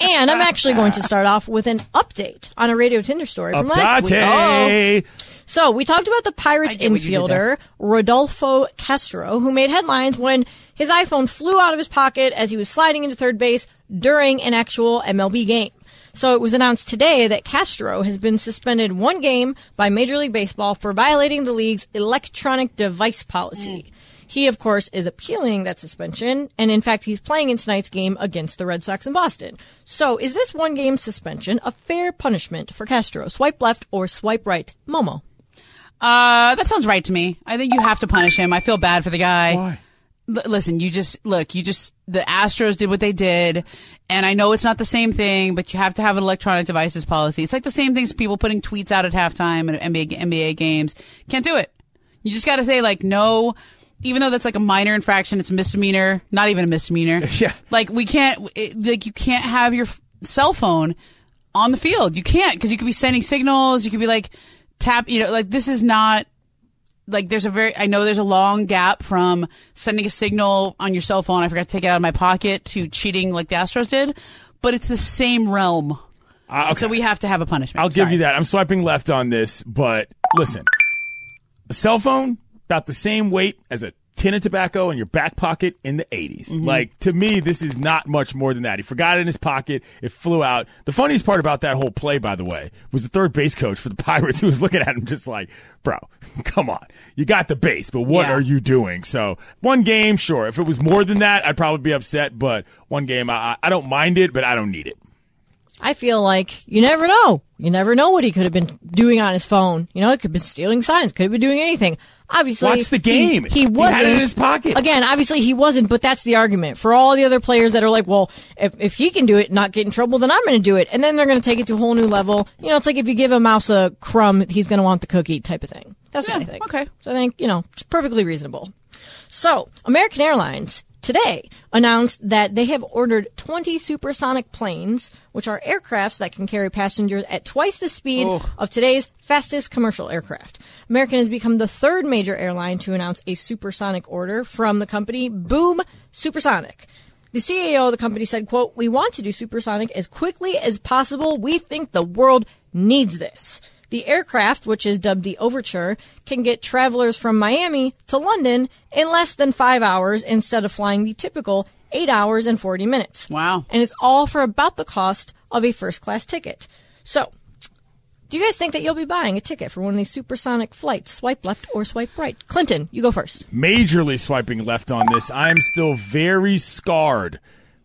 and I'm actually going to start off with an update on a Radio Tinder story from last week. Update. So we talked about the Pirates get what you did infielder Rodolfo Castro, who made headlines when his iPhone flew out of his pocket as he was sliding into third base during an actual MLB game. So it was announced today that Castro has been suspended one game by Major League Baseball for violating the league's electronic device policy. Hmm. He, of course, is appealing that suspension, and in fact, he's playing in tonight's game against the Red Sox in Boston. So, is this one game suspension a fair punishment for Castro? Swipe left or swipe right, Momo? Uh, that sounds right to me. I think you have to punish him. I feel bad for the guy. Why? L- listen, you just look. You just the Astros did what they did, and I know it's not the same thing, but you have to have an electronic devices policy. It's like the same things people putting tweets out at halftime at NBA g- NBA games. Can't do it. You just got to say like no. Even though that's like a minor infraction, it's a misdemeanor. Not even a misdemeanor. Yeah. Like we can't. It, like you can't have your f- cell phone on the field. You can't because you could be sending signals. You could be like tap. You know, like this is not like there's a very I know there's a long gap from sending a signal on your cell phone. I forgot to take it out of my pocket to cheating like the Astros did, but it's the same realm. Uh, And So okay. we have to have a punishment. I'll give Sorry. you that. I'm swiping left on this, but listen, a cell phone about the same weight as a tin of tobacco in your back pocket in the 80s. Mm-hmm. Like to me, this is not much more than that. He forgot it in his pocket. It flew out. The funniest part about that whole play, by the way, was the third base coach for the Pirates who was looking at him just like, "Bro, come on, you got the base, but what Yeah. are you doing?" So one game, sure. If it was more than that, I'd probably be upset. But one game, I, I- I don't mind it, but I don't need it. I feel like you never know. You never know what he could have been doing on his phone. You know, it could have been stealing signs, could have been doing anything. Obviously, Watch the he- game. He, He had it in wasn't his pocket. Again, obviously he wasn't, but that's the argument for all the other players that are like, well, if, if he can do it, not get in trouble, then I'm going to do it, and then they're going to take it to a whole new level. You know, it's like if you give a mouse a crumb, he's going to want the cookie type of thing. That's what I Yeah, think. okay. So I think you know it's perfectly reasonable. So, American Airlines today announced that they have ordered 20 supersonic planes, which are aircrafts that can carry passengers at twice the speed of today's fastest commercial aircraft. American has become the third major airline to announce a supersonic order from the company Boom Supersonic. The CEO of the company said, quote, We want to do supersonic as quickly as possible. We think the world needs this. The aircraft, which is dubbed the Overture, can get travelers from Miami to London in less than five hours instead of flying the typical eight hours and 40 minutes. Wow. And it's all for about the cost of a first class ticket. So, do you guys think that you'll be buying a ticket for one of these supersonic flights? Swipe left or swipe right? Clinton, you go first. majorly swiping left on this. I am still very scarred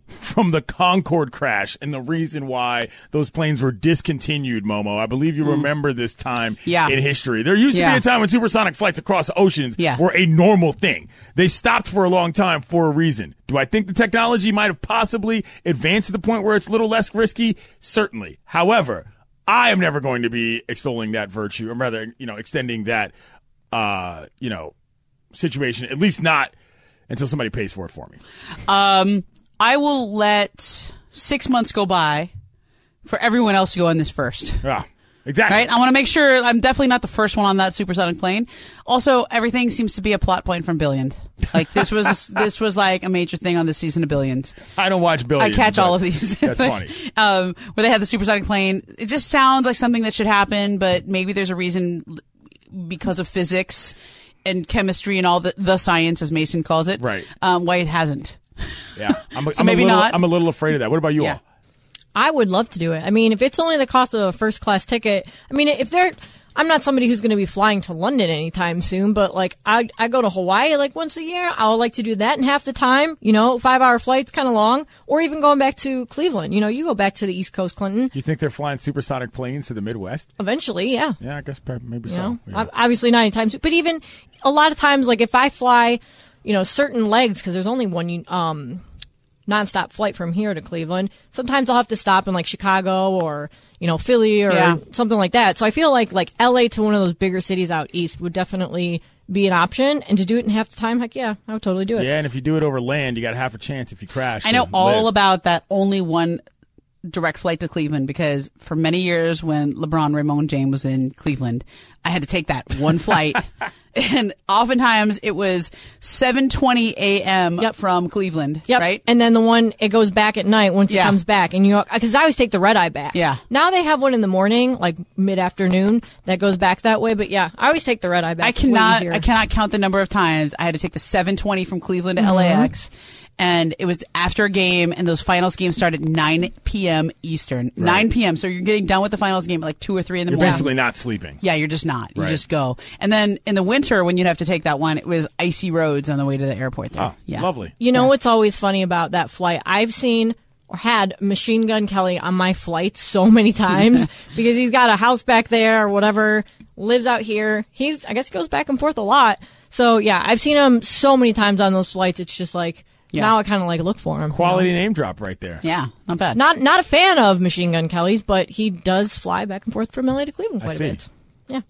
from the Concorde crash and the reason why those planes were discontinued, Momo. I believe you remember this time Mm. Yeah. in history. There used to be Yeah. a time when supersonic flights across oceans Yeah. were a normal thing. They stopped for a long time for a reason. Do I think the technology might have possibly advanced to the point where it's a little less risky? Certainly. However, I am never going to be extolling that virtue, or rather, you know, extending that, uh, you know, situation, at least not until somebody pays for it for me. Um, I will let six months go by for everyone else to go on this first. Yeah, Ah, exactly. Right? I want to make sure I'm definitely not the first one on that supersonic plane. Also, everything seems to be a plot point from Billions. Like this was this was like a major thing on this season of Billions. I don't watch Billy. I catch all of these. That's funny. um, where they had the supersonic plane. It just sounds like something that should happen, but maybe there's a reason l- because of physics and chemistry and all the, the science, as Mason calls it, Right. Um, why it hasn't. Yeah, I'm, a- So I'm maybe a little, not. I'm a little afraid of that. What about you Yeah. all? I would love to do it. I mean, if it's only the cost of a first class ticket, I mean, if they're, I'm not somebody who's going to be flying to London anytime soon, but like I, I go to Hawaii like once a year. I would like to do that in half the time, you know, five hour flights, kind of long, or even going back to Cleveland. You know, you go back to the East Coast, Clinton. You think they're flying supersonic planes to the Midwest? Eventually, yeah. Yeah, I guess prob- maybe You so. know, Yeah. Ob- obviously not anytime soon. But even a lot of times, like if I fly, you know, certain legs because there's only one um, nonstop flight from here to Cleveland. Sometimes I'll have to stop in like Chicago or you know Philly or Yeah. something like that. So I feel like like L.A. to one of those bigger cities out east would definitely be an option, and to do it in half the time, heck yeah, I would totally do it. Yeah, and if you do it over land, you got half a chance if you crash. I know to all live. about that only one direct flight to Cleveland because for many years when LeBron Ramon James was in Cleveland, I had to take that one flight. and oftentimes it was 7:20 a.m. Yep. from Cleveland, Yep. right? And then the one it goes back at night once it Yeah. comes back, and you because I always take the red eye back. Yeah. Now they have one in the morning, like mid afternoon, that goes back that way. But yeah, I always take the red eye back. I It's way cannot easier. I cannot count the number of times I had to take the 7:20 from Cleveland Mm-hmm. to LAX. And it was after a game, and those finals games start at 9 p.m. Eastern. 9 p.m. So you're getting done with the finals game at like 2 or 3 in the You're morning. basically not sleeping. Yeah, you're just not. You Right. just go. And then in the winter, when you'd have to take that one, it was icy roads on the way to the airport. There, Oh, yeah, lovely. You know what's always funny about that flight? I've seen or had Machine Gun Kelly on my flight so many times because he's got a house back there or whatever. lives out here. He's, I guess, he goes back and forth a lot. So yeah, I've seen him so many times on those flights. It's just like Yeah. now I kind of like look for him. Quality name drop right there. Yeah, not bad. Not not a fan of Machine Gun Kelly's, but he does fly back and forth from LA to Cleveland I quite a see. bit. Yeah.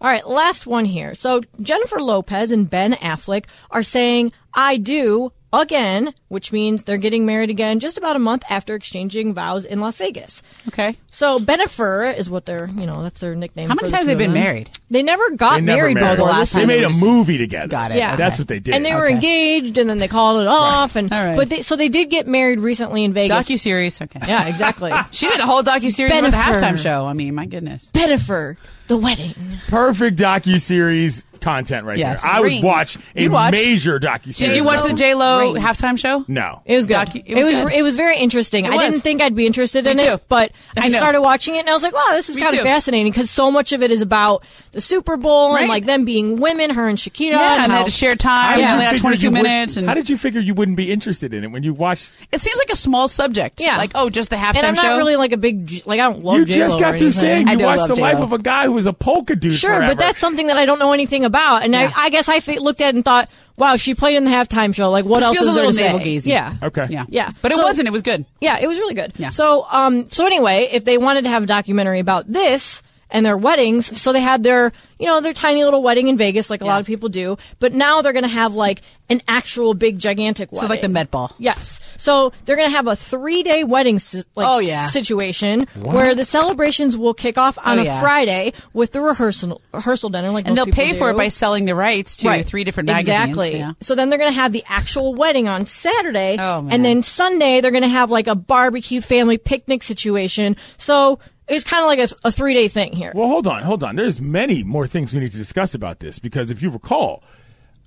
All right, last one here. So Jennifer Lopez and Ben Affleck are saying I do again, which means they're getting married again just about a month after exchanging vows in Las Vegas. okay. So Benifer is what they're, you know, that's their nickname. How many for the times two have they of been them. married? They never got They never married, married. before. The last This time They is- made a just- movie together. Got it. Yeah. That's what they did. and they were engaged, and then they called it off, and All right. but they, so they did get married recently in Vegas. Docu series. Okay. yeah, exactly. She did a whole docu series with the Bennifer. halftime show. I mean, my goodness. Benifer, the wedding. perfect docu series content right Yes. there. I would Rings. watch a You'd watch. major docu series. Did you watch the J Lo Rings. halftime show? No. It was good. Docu- it was it was, good. very interesting. I was. didn't think I'd be interested in Me too. it, but I I, know. started watching it and I was like, "Wow, this is Me kind too. of fascinating." Because so much of it is about the Super Bowl Right. and like them being women, her and Shakira, Yeah, and they how- had to share How time. did Yeah, you only got figure 22 you would- minutes. And how did you figure you wouldn't be interested in it when you watched? it seems like a small subject. Yeah. Like, oh, just the halftime And I'm not show. really like a big J- like I don't Oh, love. you J-Lo just or got through anything. saying I you do watched love the life J-Lo. of a guy who was a polka dude. Sure, forever. but that's something that I don't know anything about, and Yeah. I, I guess I fa- looked at it and thought, "Wow, she played in the halftime show. Like, what It else feels is a little there to navel say?" gazing. Yeah, Okay. Yeah. Yeah. But it So- wasn't. It was good. yeah, it was really good. Yeah. So, um, so anyway, if they wanted to have a documentary about this and their weddings, so they had their, you know, their tiny little wedding in Vegas, like a lot of people do, but now they're going to have like an actual big, gigantic wedding. like the Met Ball. Yes. So they're going to have a three-day wedding, si- like, Oh, yeah. situation where the celebrations will kick off on Oh, a yeah. Friday with the rehearsal rehearsal dinner, like most And they'll people pay for it do. by selling the rights to Right. three different magazines. Exactly. Yeah. So then they're going to have the actual wedding on Saturday, Oh, man. and then Sunday they're going to have like a barbecue family picnic situation. So it's kind of like a, a three day thing here. Well, hold on, hold on. There's many more things we need to discuss about this because if you recall,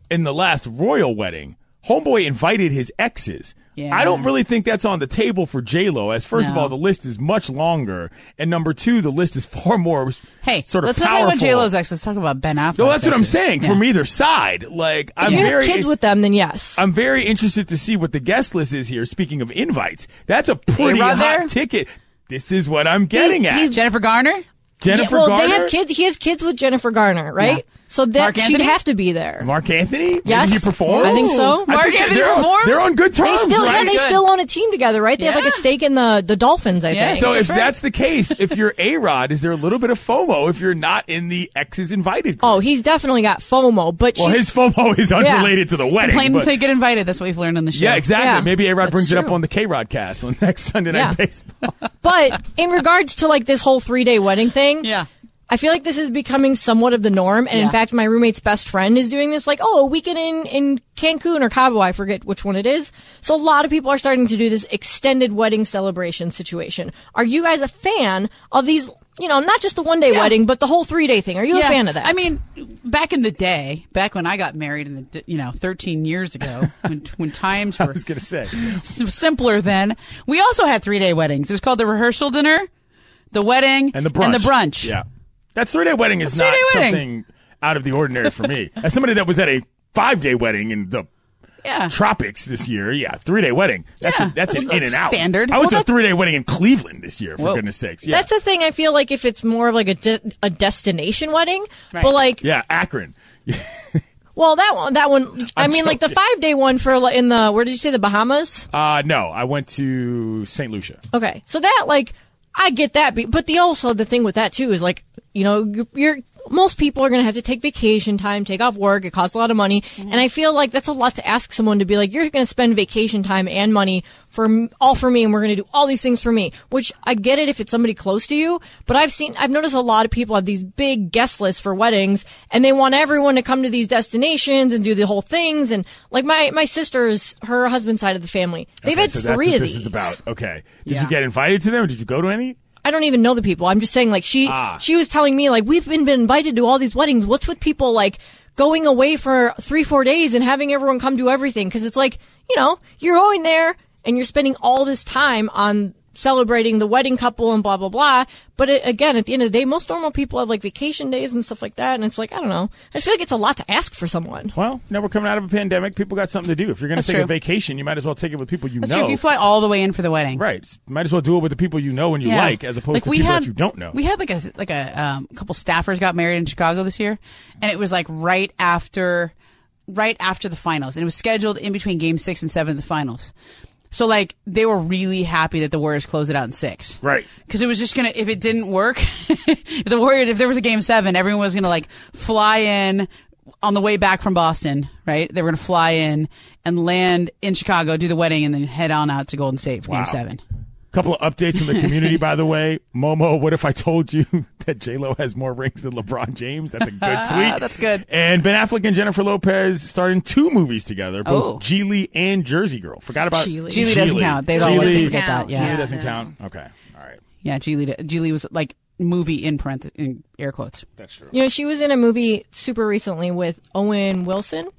in the last royal wedding, Homeboy invited his exes. Yeah. I don't really think that's on the table for J Lo. As first of No. all, the list is much longer, and number two, the list is far more Hey, sort of let's powerful. not talk about J Lo's ex. Let's talk about Ben Affleck. No, that's what I'm saying. From either side, like I'm if you very have kids with them, then yes. I'm very interested to see what the guest list is here. Speaking of invites, that's a pretty A-Rod hot there? ticket. This is what I'm getting at. Jennifer Garner. Jennifer Yeah, well, Garner, they have kids. He has kids with Jennifer Garner, right? Yeah. So Mark that she'd Anthony? have to be there. Mark Anthony. Yes. Maybe he performs. I think so. I Mark think Anthony they're, performs? They're on good they terms, still, yeah, right? they still own a team together, right? They have like Yeah. a stake in the the Dolphins, I Yeah. think. so if That's right. that's the case, if you're A Rod, is there a little bit of FOMO if you're not in the exes invited? Group? oh, he's definitely got FOMO, but well, Oh, she's- his FOMO is unrelated to the wedding. Complain but- until you get invited. That's what we've learned on the show. yeah, exactly. Yeah. Maybe A Rod That's brings it up true. on the K Rod cast on next Sunday Night Yeah. Baseball. But in regards to like this whole three day wedding thing, Yeah. I feel like this is becoming somewhat of the norm. And Yeah. in fact, my roommate's best friend is doing this like, oh, a weekend in, in Cancun or Cabo. I forget which one it is. So a lot of people are starting to do this extended wedding celebration situation. Are you guys a fan of these? You know, not just the one day wedding, but the whole three day thing. Are you a Yeah. fan of that? I mean, back in the day, back when I got married in the you know 13 years ago, when, when times were I was gonna say. s- simpler then, we also had three day weddings. It was called the rehearsal dinner, the wedding, and the brunch. and the brunch. Yeah, that three day wedding is That's not three-day wedding. something out of the ordinary for me. As somebody that was at a five day wedding in the yeah. tropics this year, yeah, three day wedding. That's Yeah, a, that's, that's an in and out standard. I went Well, to a that's- three day wedding in Cleveland this year. For Whoa. goodness sakes, yeah, That's the thing. I feel like if it's more of like a, de- a destination wedding, Right. but like yeah, Akron. Well, that one, that one. i I'm mean, like the joking. five day one for like, in the where did you say the Bahamas? Uh, no, I went to St. Lucia. Okay, so that like I get that, be- but the also the thing with that too is like you know you're, you're most people are gonna have to take vacation time, take off work. It costs a lot of money, Mm-hmm. and I feel like that's a lot to ask someone to be like you're gonna spend vacation time and money for m- all for me, and we're gonna do all these things for me. Which I get it if it's somebody close to you, but I've seen I've noticed a lot of people have these big guest lists for weddings, and they want everyone to come to these destinations and do the whole things. And like my my sister's her husband's side of the family, they've Okay, had so three of that's what this these. is about. Okay, did Yeah. you get invited to them? Did you go to any? I don't even know the people. I'm just saying, like she she was telling me, like we've been, been invited to all these weddings. What's with people like going away for three four days and having everyone come do everything? Because it's like you know you're going there and you're spending all this time on celebrating the wedding couple and blah blah blah. But it, again, at the end of the day, most normal people have like vacation days and stuff like that, and it's like I don't know. I just feel like it's a lot to ask for someone. Well, now we're coming out of a pandemic. People got something to do. If you're going That's to take true. a vacation, you might as well take it with people you That's know. true. If you fly all the way in for the wedding, right. Might as well do it with the people you know and you Yeah. like, as opposed Like, to we people had- that you don't know. We had like a like a um, couple staffers got married in Chicago this year, and it was like right after, right after the finals, and it was scheduled in between Game Six and Seven of the finals. So like they were really happy that the Warriors closed it out in six, Right. Because it was just gonna if it didn't work, if the Warriors if there was a Game Seven, everyone was gonna like fly in on the way back from Boston, right? They were gonna fly in and land in Chicago, do the wedding, and then head on out to Golden State for Wow. Game Seven. couple of updates in the community, by the way. Momo, what if I told you that J Lo has more rings than LeBron James? That's a good tweet. That's good. And Ben Affleck and Jennifer Lopez starred in two movies together, both Oh. Geely and Jersey Girl. Forgot about Geely. Geely doesn't count. They Geely don't let doesn't you get count. that. Geely Yeah. doesn't no. count. Okay. All right. Yeah, Geely. Geely was like movie in parenth in air quotes. That's true. You know, she was in a movie super recently with Owen Wilson.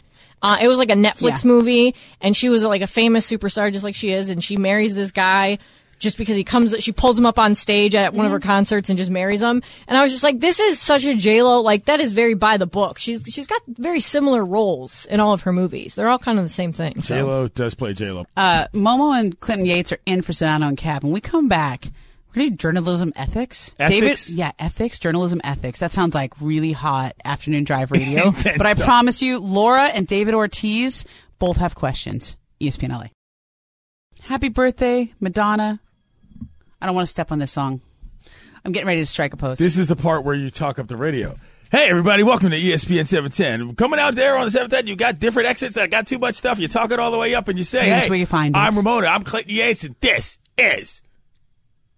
Uh, it was like a Netflix Yeah. movie, and she was like a famous superstar, just like she is, and she marries this guy just because he comes. She pulls him up on stage at one of her concerts and just marries him. And I was just like, this is such a J Lo. Like that is very by the book. She's she's got very similar roles in all of her movies. They're all kind of the same thing. So. J Lo does play J Lo. Uh, Momo and Clinton Yates are in for Sedano and Cab. When we come back, we're gonna do journalism ethics. Ethics? David, yeah, ethics, journalism ethics. That sounds like really hot afternoon drive radio. but I promise you, Laura and David Ortiz both have questions. E ESPN LA. Happy birthday, Madonna. I don't want to step on this song. I'm getting ready to strike a pose. This is the part where you talk up the radio. Hey, everybody, welcome to E ESPN 710. Coming out there on the 710, you got different exits that got too much stuff. You talk it all the way up and you say, Hey, hey, that's where you find it." I'm Ramona, I'm Clayton Yates, and this is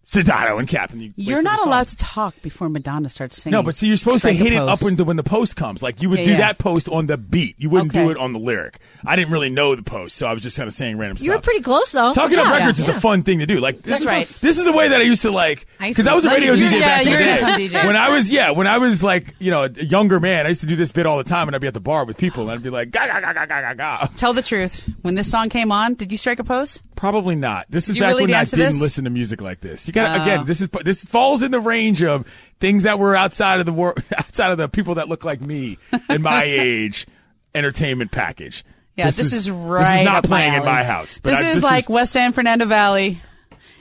Sedano and Cap. And you wait You're for the not song. allowed to talk before Madonna starts singing. No, but see, you're supposed Strike to a hit it pose. up when the, when the post comes. Like you would Yeah, do yeah. that post on the beat. You wouldn't do Okay. it on the lyric. I didn't really know the post, so I was just kind of saying random You were stuff. pretty close Oh, though. Talking Good up job. records is a fun thing to do. Like That's this is right. this is the way that I used to like I used because to I was a love radio you. Yeah, DJ back in you're the an FM day. DJ. When I was yeah, when I was like you know a younger man, I used to do this bit all the time, and I'd be at the bar with people, and I'd be like ga ga ga ga ga ga ga. Tell the truth. When this song came on, did you strike a pose? Probably not. This is you back really when I dance to didn't this? listen to music like this. You got to again. This is this falls in the range of things that were outside of the world, outside of the people that look like me and my age entertainment package. Yeah, this, is, right. This is not up playing in alley. my house. but This I- is like West San Fernando Valley.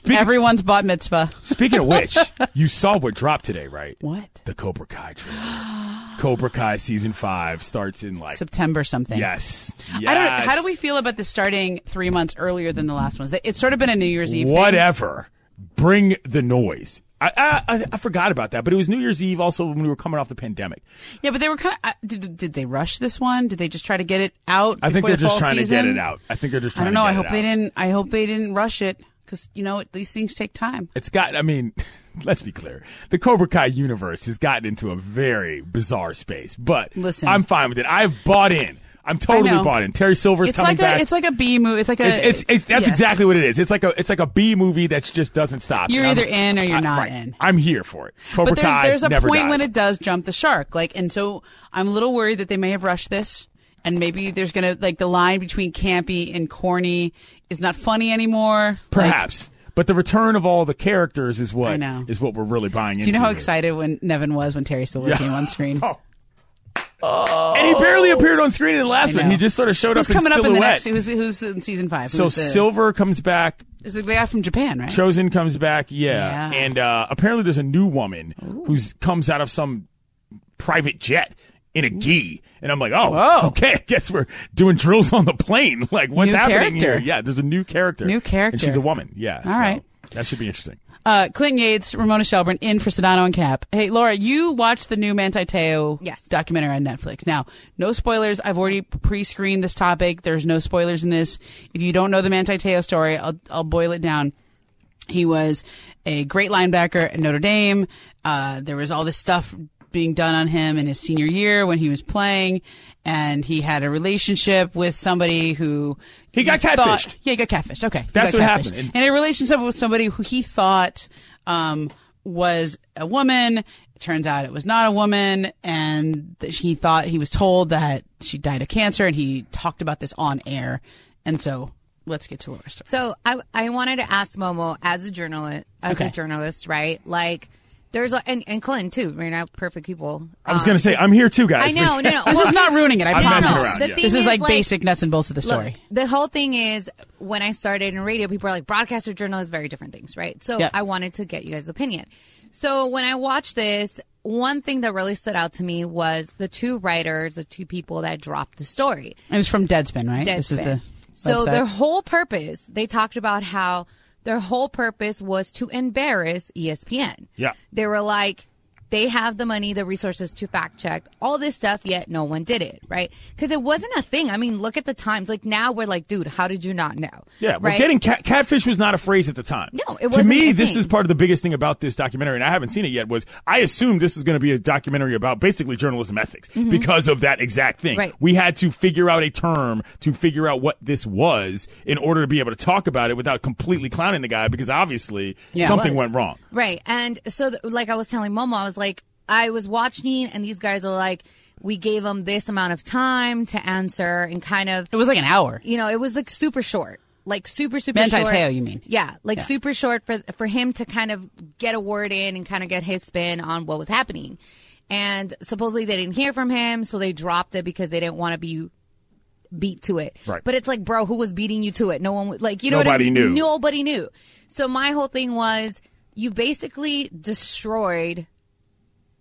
Speaking- Everyone's bought mitzvah. Speaking of which, you saw what dropped today, right? What? The Cobra Kai trailer. Cobra Kai season five starts in like September something. yes, yes. I don't. How do we feel about this starting three months earlier than the last ones? It's sort of been a New Year's Eve. thing. whatever. Bring the noise. I, I I- I forgot about that, but it was New Year's Eve also when we were coming off the pandemic. Yeah, but they were kind of. Uh, did, did they rush this one? Did they just try to get it out? I think before they're the just fall trying season? to get it out. I think they're just I don't trying know. to I get hope it they out. didn't. I hope they didn't rush it because you know these things take time. It's got, I mean, let's be clear. The Cobra Kai universe has gotten into a very bizarre space, but Listen. I'm fine with it. I've bought in. I'm I totally know. bought in. Terry Silver's it's coming like back. A, it's like a B movie. It's like a. it's, it's, it's- that's yes. exactly what it is. It's like a it's like a B movie that just doesn't stop. You're And either I'm- in or you're I- not right. in. I'm here for it. Cobra but there's Kai there's a never point dies. when it does jump the shark. Like, and so I'm a little worried that they may have rushed this, and maybe there's gonna like the line between campy and corny is not funny anymore. Like, perhaps. but the return of all the characters is what I know. is what we're really buying do into. you know how here. excited when Nevin was when Terry Silver Yeah. came on screen? Oh. And he barely appeared on screen in the last Oh. I one. know. He just sort of showed Who's up in coming up silhouette. in the next? Who's who's in season five? so Who's the, Silver comes back. is the guy from Japan, right? Chosen comes back, yeah. Yeah. And uh, apparently there's a new woman who's comes out of some private jet in a gi. And I'm like, oh, Whoa. okay. I guess we're doing drills on the plane. Like, what's New happening character. here? Yeah, there's a new character. New character. And she's a woman, yeah. All so right. That should be interesting. Uh, Clinton Yates, Ramona Shelburne, in for Sedano and Cap. Hey, Laura, you watched the new Manti Te'o Yes. documentary on Netflix. Now, no spoilers. I've already pre-screened this topic. There's no spoilers in this. If you don't know the Manti Te'o story, I'll, I'll boil it down. He was a great linebacker at Notre Dame. Uh, there was all this stuff being done on him in his senior year when he was playing, and he had a relationship with somebody who He got thought- catfished. yeah, he got catfished. Okay, He That's got what catfished. happened. And- And in a relationship with somebody who he thought um, was a woman. It turns out it was not a woman, and that he thought he was told that she died of cancer, and he talked about this on air, and so let's get to our story. So I I wanted to ask Momo as a journalist, as Okay. a journalist, right? Like there's a- and and Clint too. We're not perfect people. Um, I Um, was gonna say I'm here too, guys. I know, no, no. This Well, is not ruining it. I no, promise. messing no. around, The yeah. thing This is like, like basic nuts and bolts of the Look, story. the whole thing is when I started in radio, people are like broadcaster journalist, very different things, right? So Yeah. I wanted to get you guys' opinion. So when I watched this, one thing that really stood out to me was the two writers, the two people that dropped the story. and it's from Deadspin, right? Deadspin. This is the so website. their whole purpose, they talked about how their whole purpose was to embarrass E ESPN. Yeah. They were like, they have the money, the resources to fact check all this stuff, yet no one did it, right? Because it wasn't a thing. I mean, look at the times. Like now we're like, dude, how did you not know? Yeah, well, right? getting cat, catfish was not a phrase at the time. No, it wasn't To me, a this thing. is part of the biggest thing about this documentary, and I haven't seen it yet. Was I assumed this is going to be a documentary about basically journalism ethics because of that exact thing. Mm-hmm. Right. We had to figure out a term to figure out what this was in order to be able to talk about it without completely clowning the guy because obviously Yeah. something was. went wrong. Right. And so, th- like I was telling Momo, I was like, I was watching, and these guys are like, we gave them this amount of time to answer and kind of it was like an hour. you know, it was like super short. Like super, super Manti short. Te'o, you mean? Yeah, like Yeah. super short for for him to kind of get a word in and kind of get his spin on what was happening. And supposedly they didn't hear from him, so they dropped it because they didn't want to be beat to it. Right. But it's like, bro, who was beating you to it? No one, would- like, you know, what I Nobody mean? knew. Nobody knew. So my whole thing was, you basically destroyed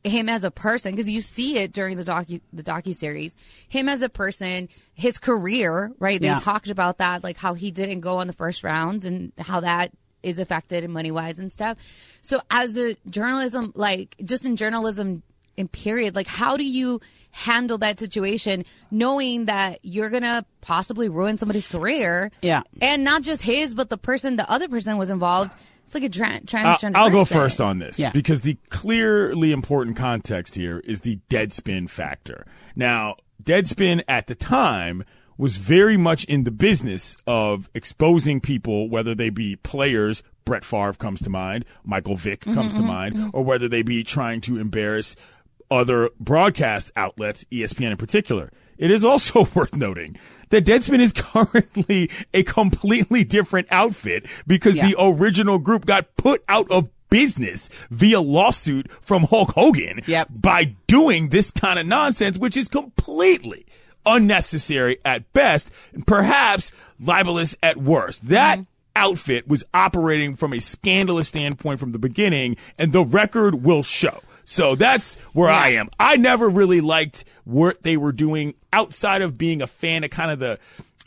him as a person because you see it during the docu the docu series him as a person his career right they Yeah. talked about that like how he didn't go on the first round and how that is affected money wise and stuff so as a journalism like just in journalism in period like how do you handle that situation knowing that you're gonna possibly ruin somebody's career Yeah. and not just his but the person the other person was involved it's like a tra- I'll, transgender I'll go person. first on this Yeah. because the clearly important context here is the deadspin factor. Now, deadspin at the time was very much in the business of exposing people, whether they be players, Brett Favre comes to mind, Michael Vick comes Mm-hmm, to mind, or whether they be trying to embarrass other broadcast outlets, E ESPN in particular. It is also worth noting that Deadspin is currently a completely different outfit because Yeah. the original group got put out of business via lawsuit from Hulk Hogan Yep. by doing this kind of nonsense, which is completely unnecessary at best and perhaps libelous at worst. That outfit was operating from a scandalous standpoint from the beginning, and the record will show. So that's where I am. I never really liked what they were doing outside of being a fan of kind of the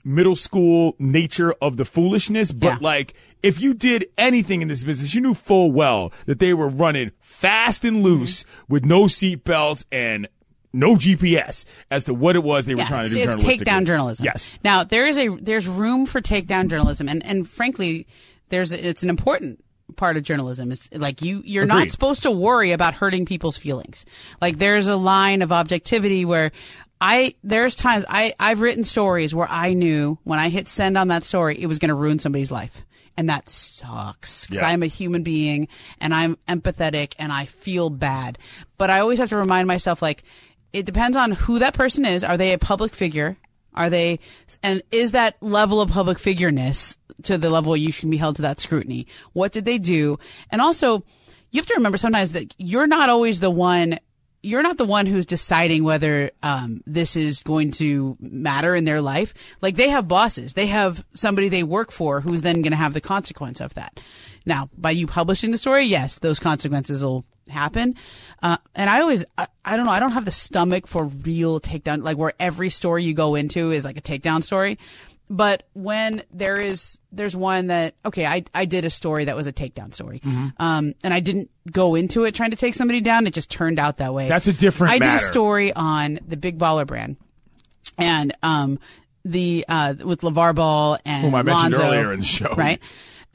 middle school nature of the foolishness, Yeah. but like if you did anything in this business, you knew full well that they were running fast and loose Mm-hmm. with no seatbelts and no GPS as to what it was they were trying to do. it's, it's journalistically. takedown journalism. Yes. Now there is a there's room for takedown journalism, and and frankly, there's it's an important part of journalism. It's like you you're not Agreed. supposed to worry about hurting people's feelings. Like there's a line of objectivity where. I there's times I I've written stories where I knew when I hit send on that story it was going to ruin somebody's life and that sucks because Yeah. I'm a human being and I'm empathetic and I feel bad. But I always have to remind myself like it depends on who that person is. Are they a public figure? Are they and is that level of public figureness to the level you should be held to that scrutiny? What did they do? And also you have to remember sometimes that you're not always the one you're not the one who's deciding whether um, this is going to matter in their life. Like they have bosses, they have somebody they work for who's then going to have the consequence of that. Now, by you publishing the story, yes, those consequences will happen. Uh, and I always, I, I don't know, I don't have the stomach for real takedown, like where every story you go into is like a takedown story. But when there is, there's one that, okay, I, I did a story that was a takedown story. Mm-hmm. Um, and I didn't go into it trying to take somebody down. It just turned out that way. That's a different I did matter. a story on the Big Baller brand, and um, the uh, with Levar Ball and Whom I mentioned Lonzo, earlier in the show. right?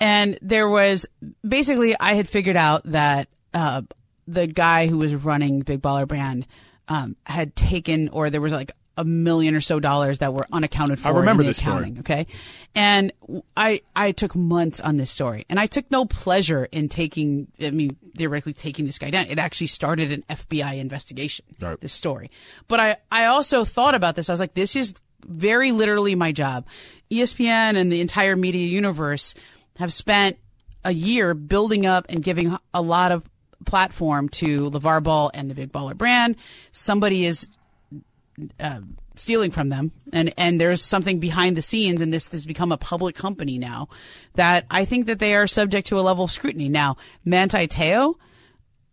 And there was basically I had figured out that uh, the guy who was running Big Baller brand um, had taken, or there was like a million or so dollars that were unaccounted for. remember in the this story. accounting, Okay, and w- I I took months on this story, and I took no pleasure in taking. I mean, theoretically taking this guy down. It actually started an FBI investigation. Right. This story, but I I also thought about this. I was like, this is very literally my job. E ESPN and the entire media universe have spent a year building up and giving a lot of platform to LeVar Ball and the Big Baller brand. Somebody is stealing from them and and there's something behind the scenes and this has become a public company now that I think that they are subject to a level of scrutiny now Manti Te'o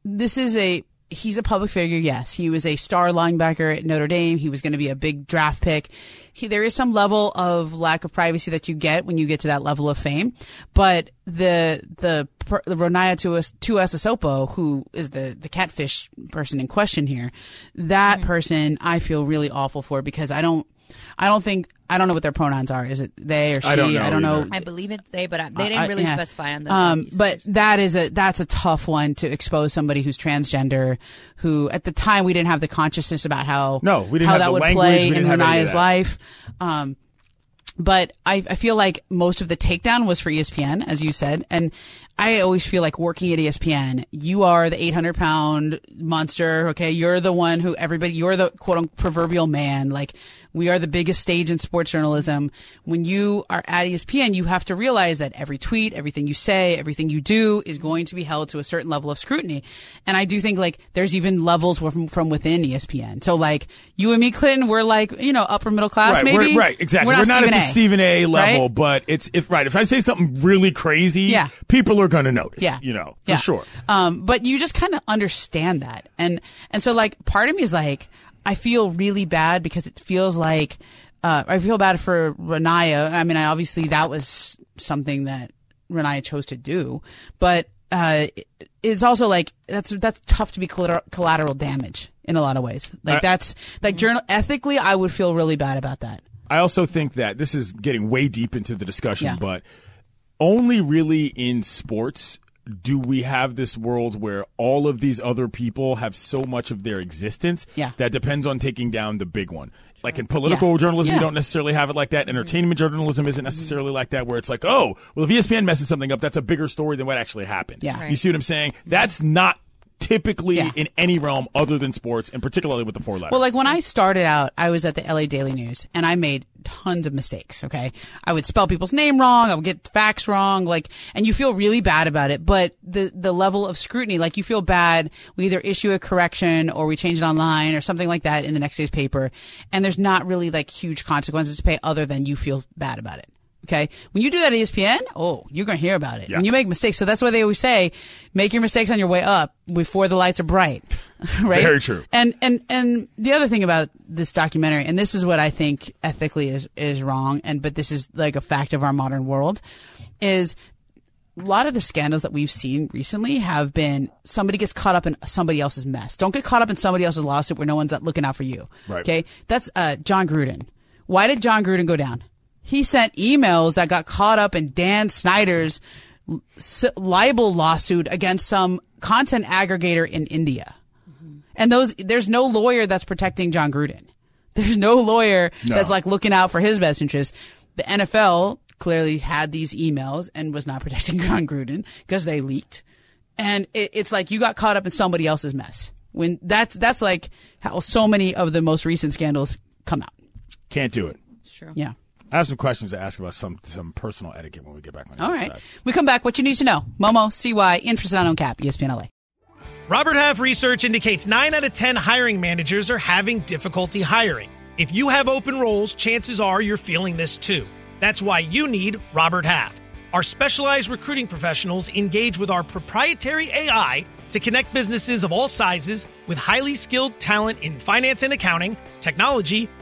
this is a he's a public figure yes he was a star linebacker at Notre Dame he was going to be a big draft pick he, there is some level of lack of privacy that you get when you get to that level of fame but the the per- the Ronaya Tuasosopo who is the the catfish person in question here that person I feel really awful for because I don't I don't think I don't know what their pronouns are is it they or she I don't know either. I believe it's they, but I, they didn't I- really yeah. specify on the. Um, but that is a that's a tough one to expose somebody who's transgender, who at the time we didn't have the consciousness about how No, we didn't how have that the would language, we play in didn't have any of Renaya's that. life. Um, but I, I feel like most of the takedown was for E ESPN, as you said. And I always feel like working at E ESPN, you are the 800 pound monster. Okay. You're the one who everybody, you're the quote unquote proverbial man. Like we are the biggest stage in sports journalism. When you are at E ESPN, you have to realize that every tweet, everything you say, everything you do is going to be held to a certain level of scrutiny. And I do think like there's even levels from, from within E ESPN. So like you and me, Clinton, we're like, you know, upper middle class Right, maybe. We're, right, exactly. We're not, at the Stephen A. level, but it's if right. If I say something really crazy, Yeah. people are going to notice. Yeah. you know for Yeah. sure. Um, but you just kind of understand that, and and so like part of me is like, I feel really bad because it feels like uh, I feel bad for Renaya. I mean, I obviously that was something that Renaya chose to do, but uh, it- it's also like that's that's tough to be collater- collateral damage in a lot of ways. Like I- that's like journal ethically, I would feel really bad about that. I also think that this is getting way deep into the discussion, Yeah. but only really in sports do we have this world where all of these other people have so much of their existence Yeah. that depends on taking down the big one. Like in political Yeah. journalism, Yeah. we don't necessarily have it like that. Entertainment journalism isn't necessarily like that, where it's like, oh, well, if ESPN messes something up, that's a bigger story than what actually happened. Yeah. You see what I'm saying? That's not typically Yeah. in any realm other than sports, and particularly with the four letters. Well, like when I started out, I was at the LA Daily News and I made tons of mistakes. Okay. I would spell people's name wrong. I would get facts wrong. Like, and you feel really bad about it. But the, the level of scrutiny, like you feel bad. We either issue a correction or we change it online or something like that in the next day's paper. And there's not really like huge consequences to pay other than you feel bad about it. Okay. When you do that at ESPN, oh, you're going to hear about it. Yeah. When you make mistakes. So that's why they always say, make your mistakes on your way up before the lights are bright. right? Very true. And and and the other thing about this documentary, and this is what I think ethically is is wrong, and but this is like a fact of our modern world, is a lot of the scandals that we've seen recently have been somebody gets caught up in somebody else's mess. Don't get caught up in somebody else's lawsuit where no one's looking out for you. Right. Okay. That's uh, John Gruden. Why did John Gruden go down? He sent emails that got caught up in Dan Snyder's l- s- libel lawsuit against some content aggregator in India. And those, there's no lawyer that's protecting John Gruden. There's no lawyer No. that's like looking out for his best interest. The NFL clearly had these emails and was not protecting John Gruden because they leaked. And it, it's like you got caught up in somebody else's mess. When that's that's like how so many of the most recent scandals come out. Can't do it. Yeah. I have some questions to ask about some some personal etiquette when we get back. On the All other right. side. We come back. What you need to know. Momo, CY, in for Sedano and Cap, E ESPN LA. Robert Half research indicates 9 out of 10 hiring managers are having difficulty hiring. If you have open roles, chances are you're feeling this too. That's why you need Robert Half. Our specialized recruiting professionals engage with our proprietary AI to connect businesses of all sizes with highly skilled talent in finance and accounting, technology,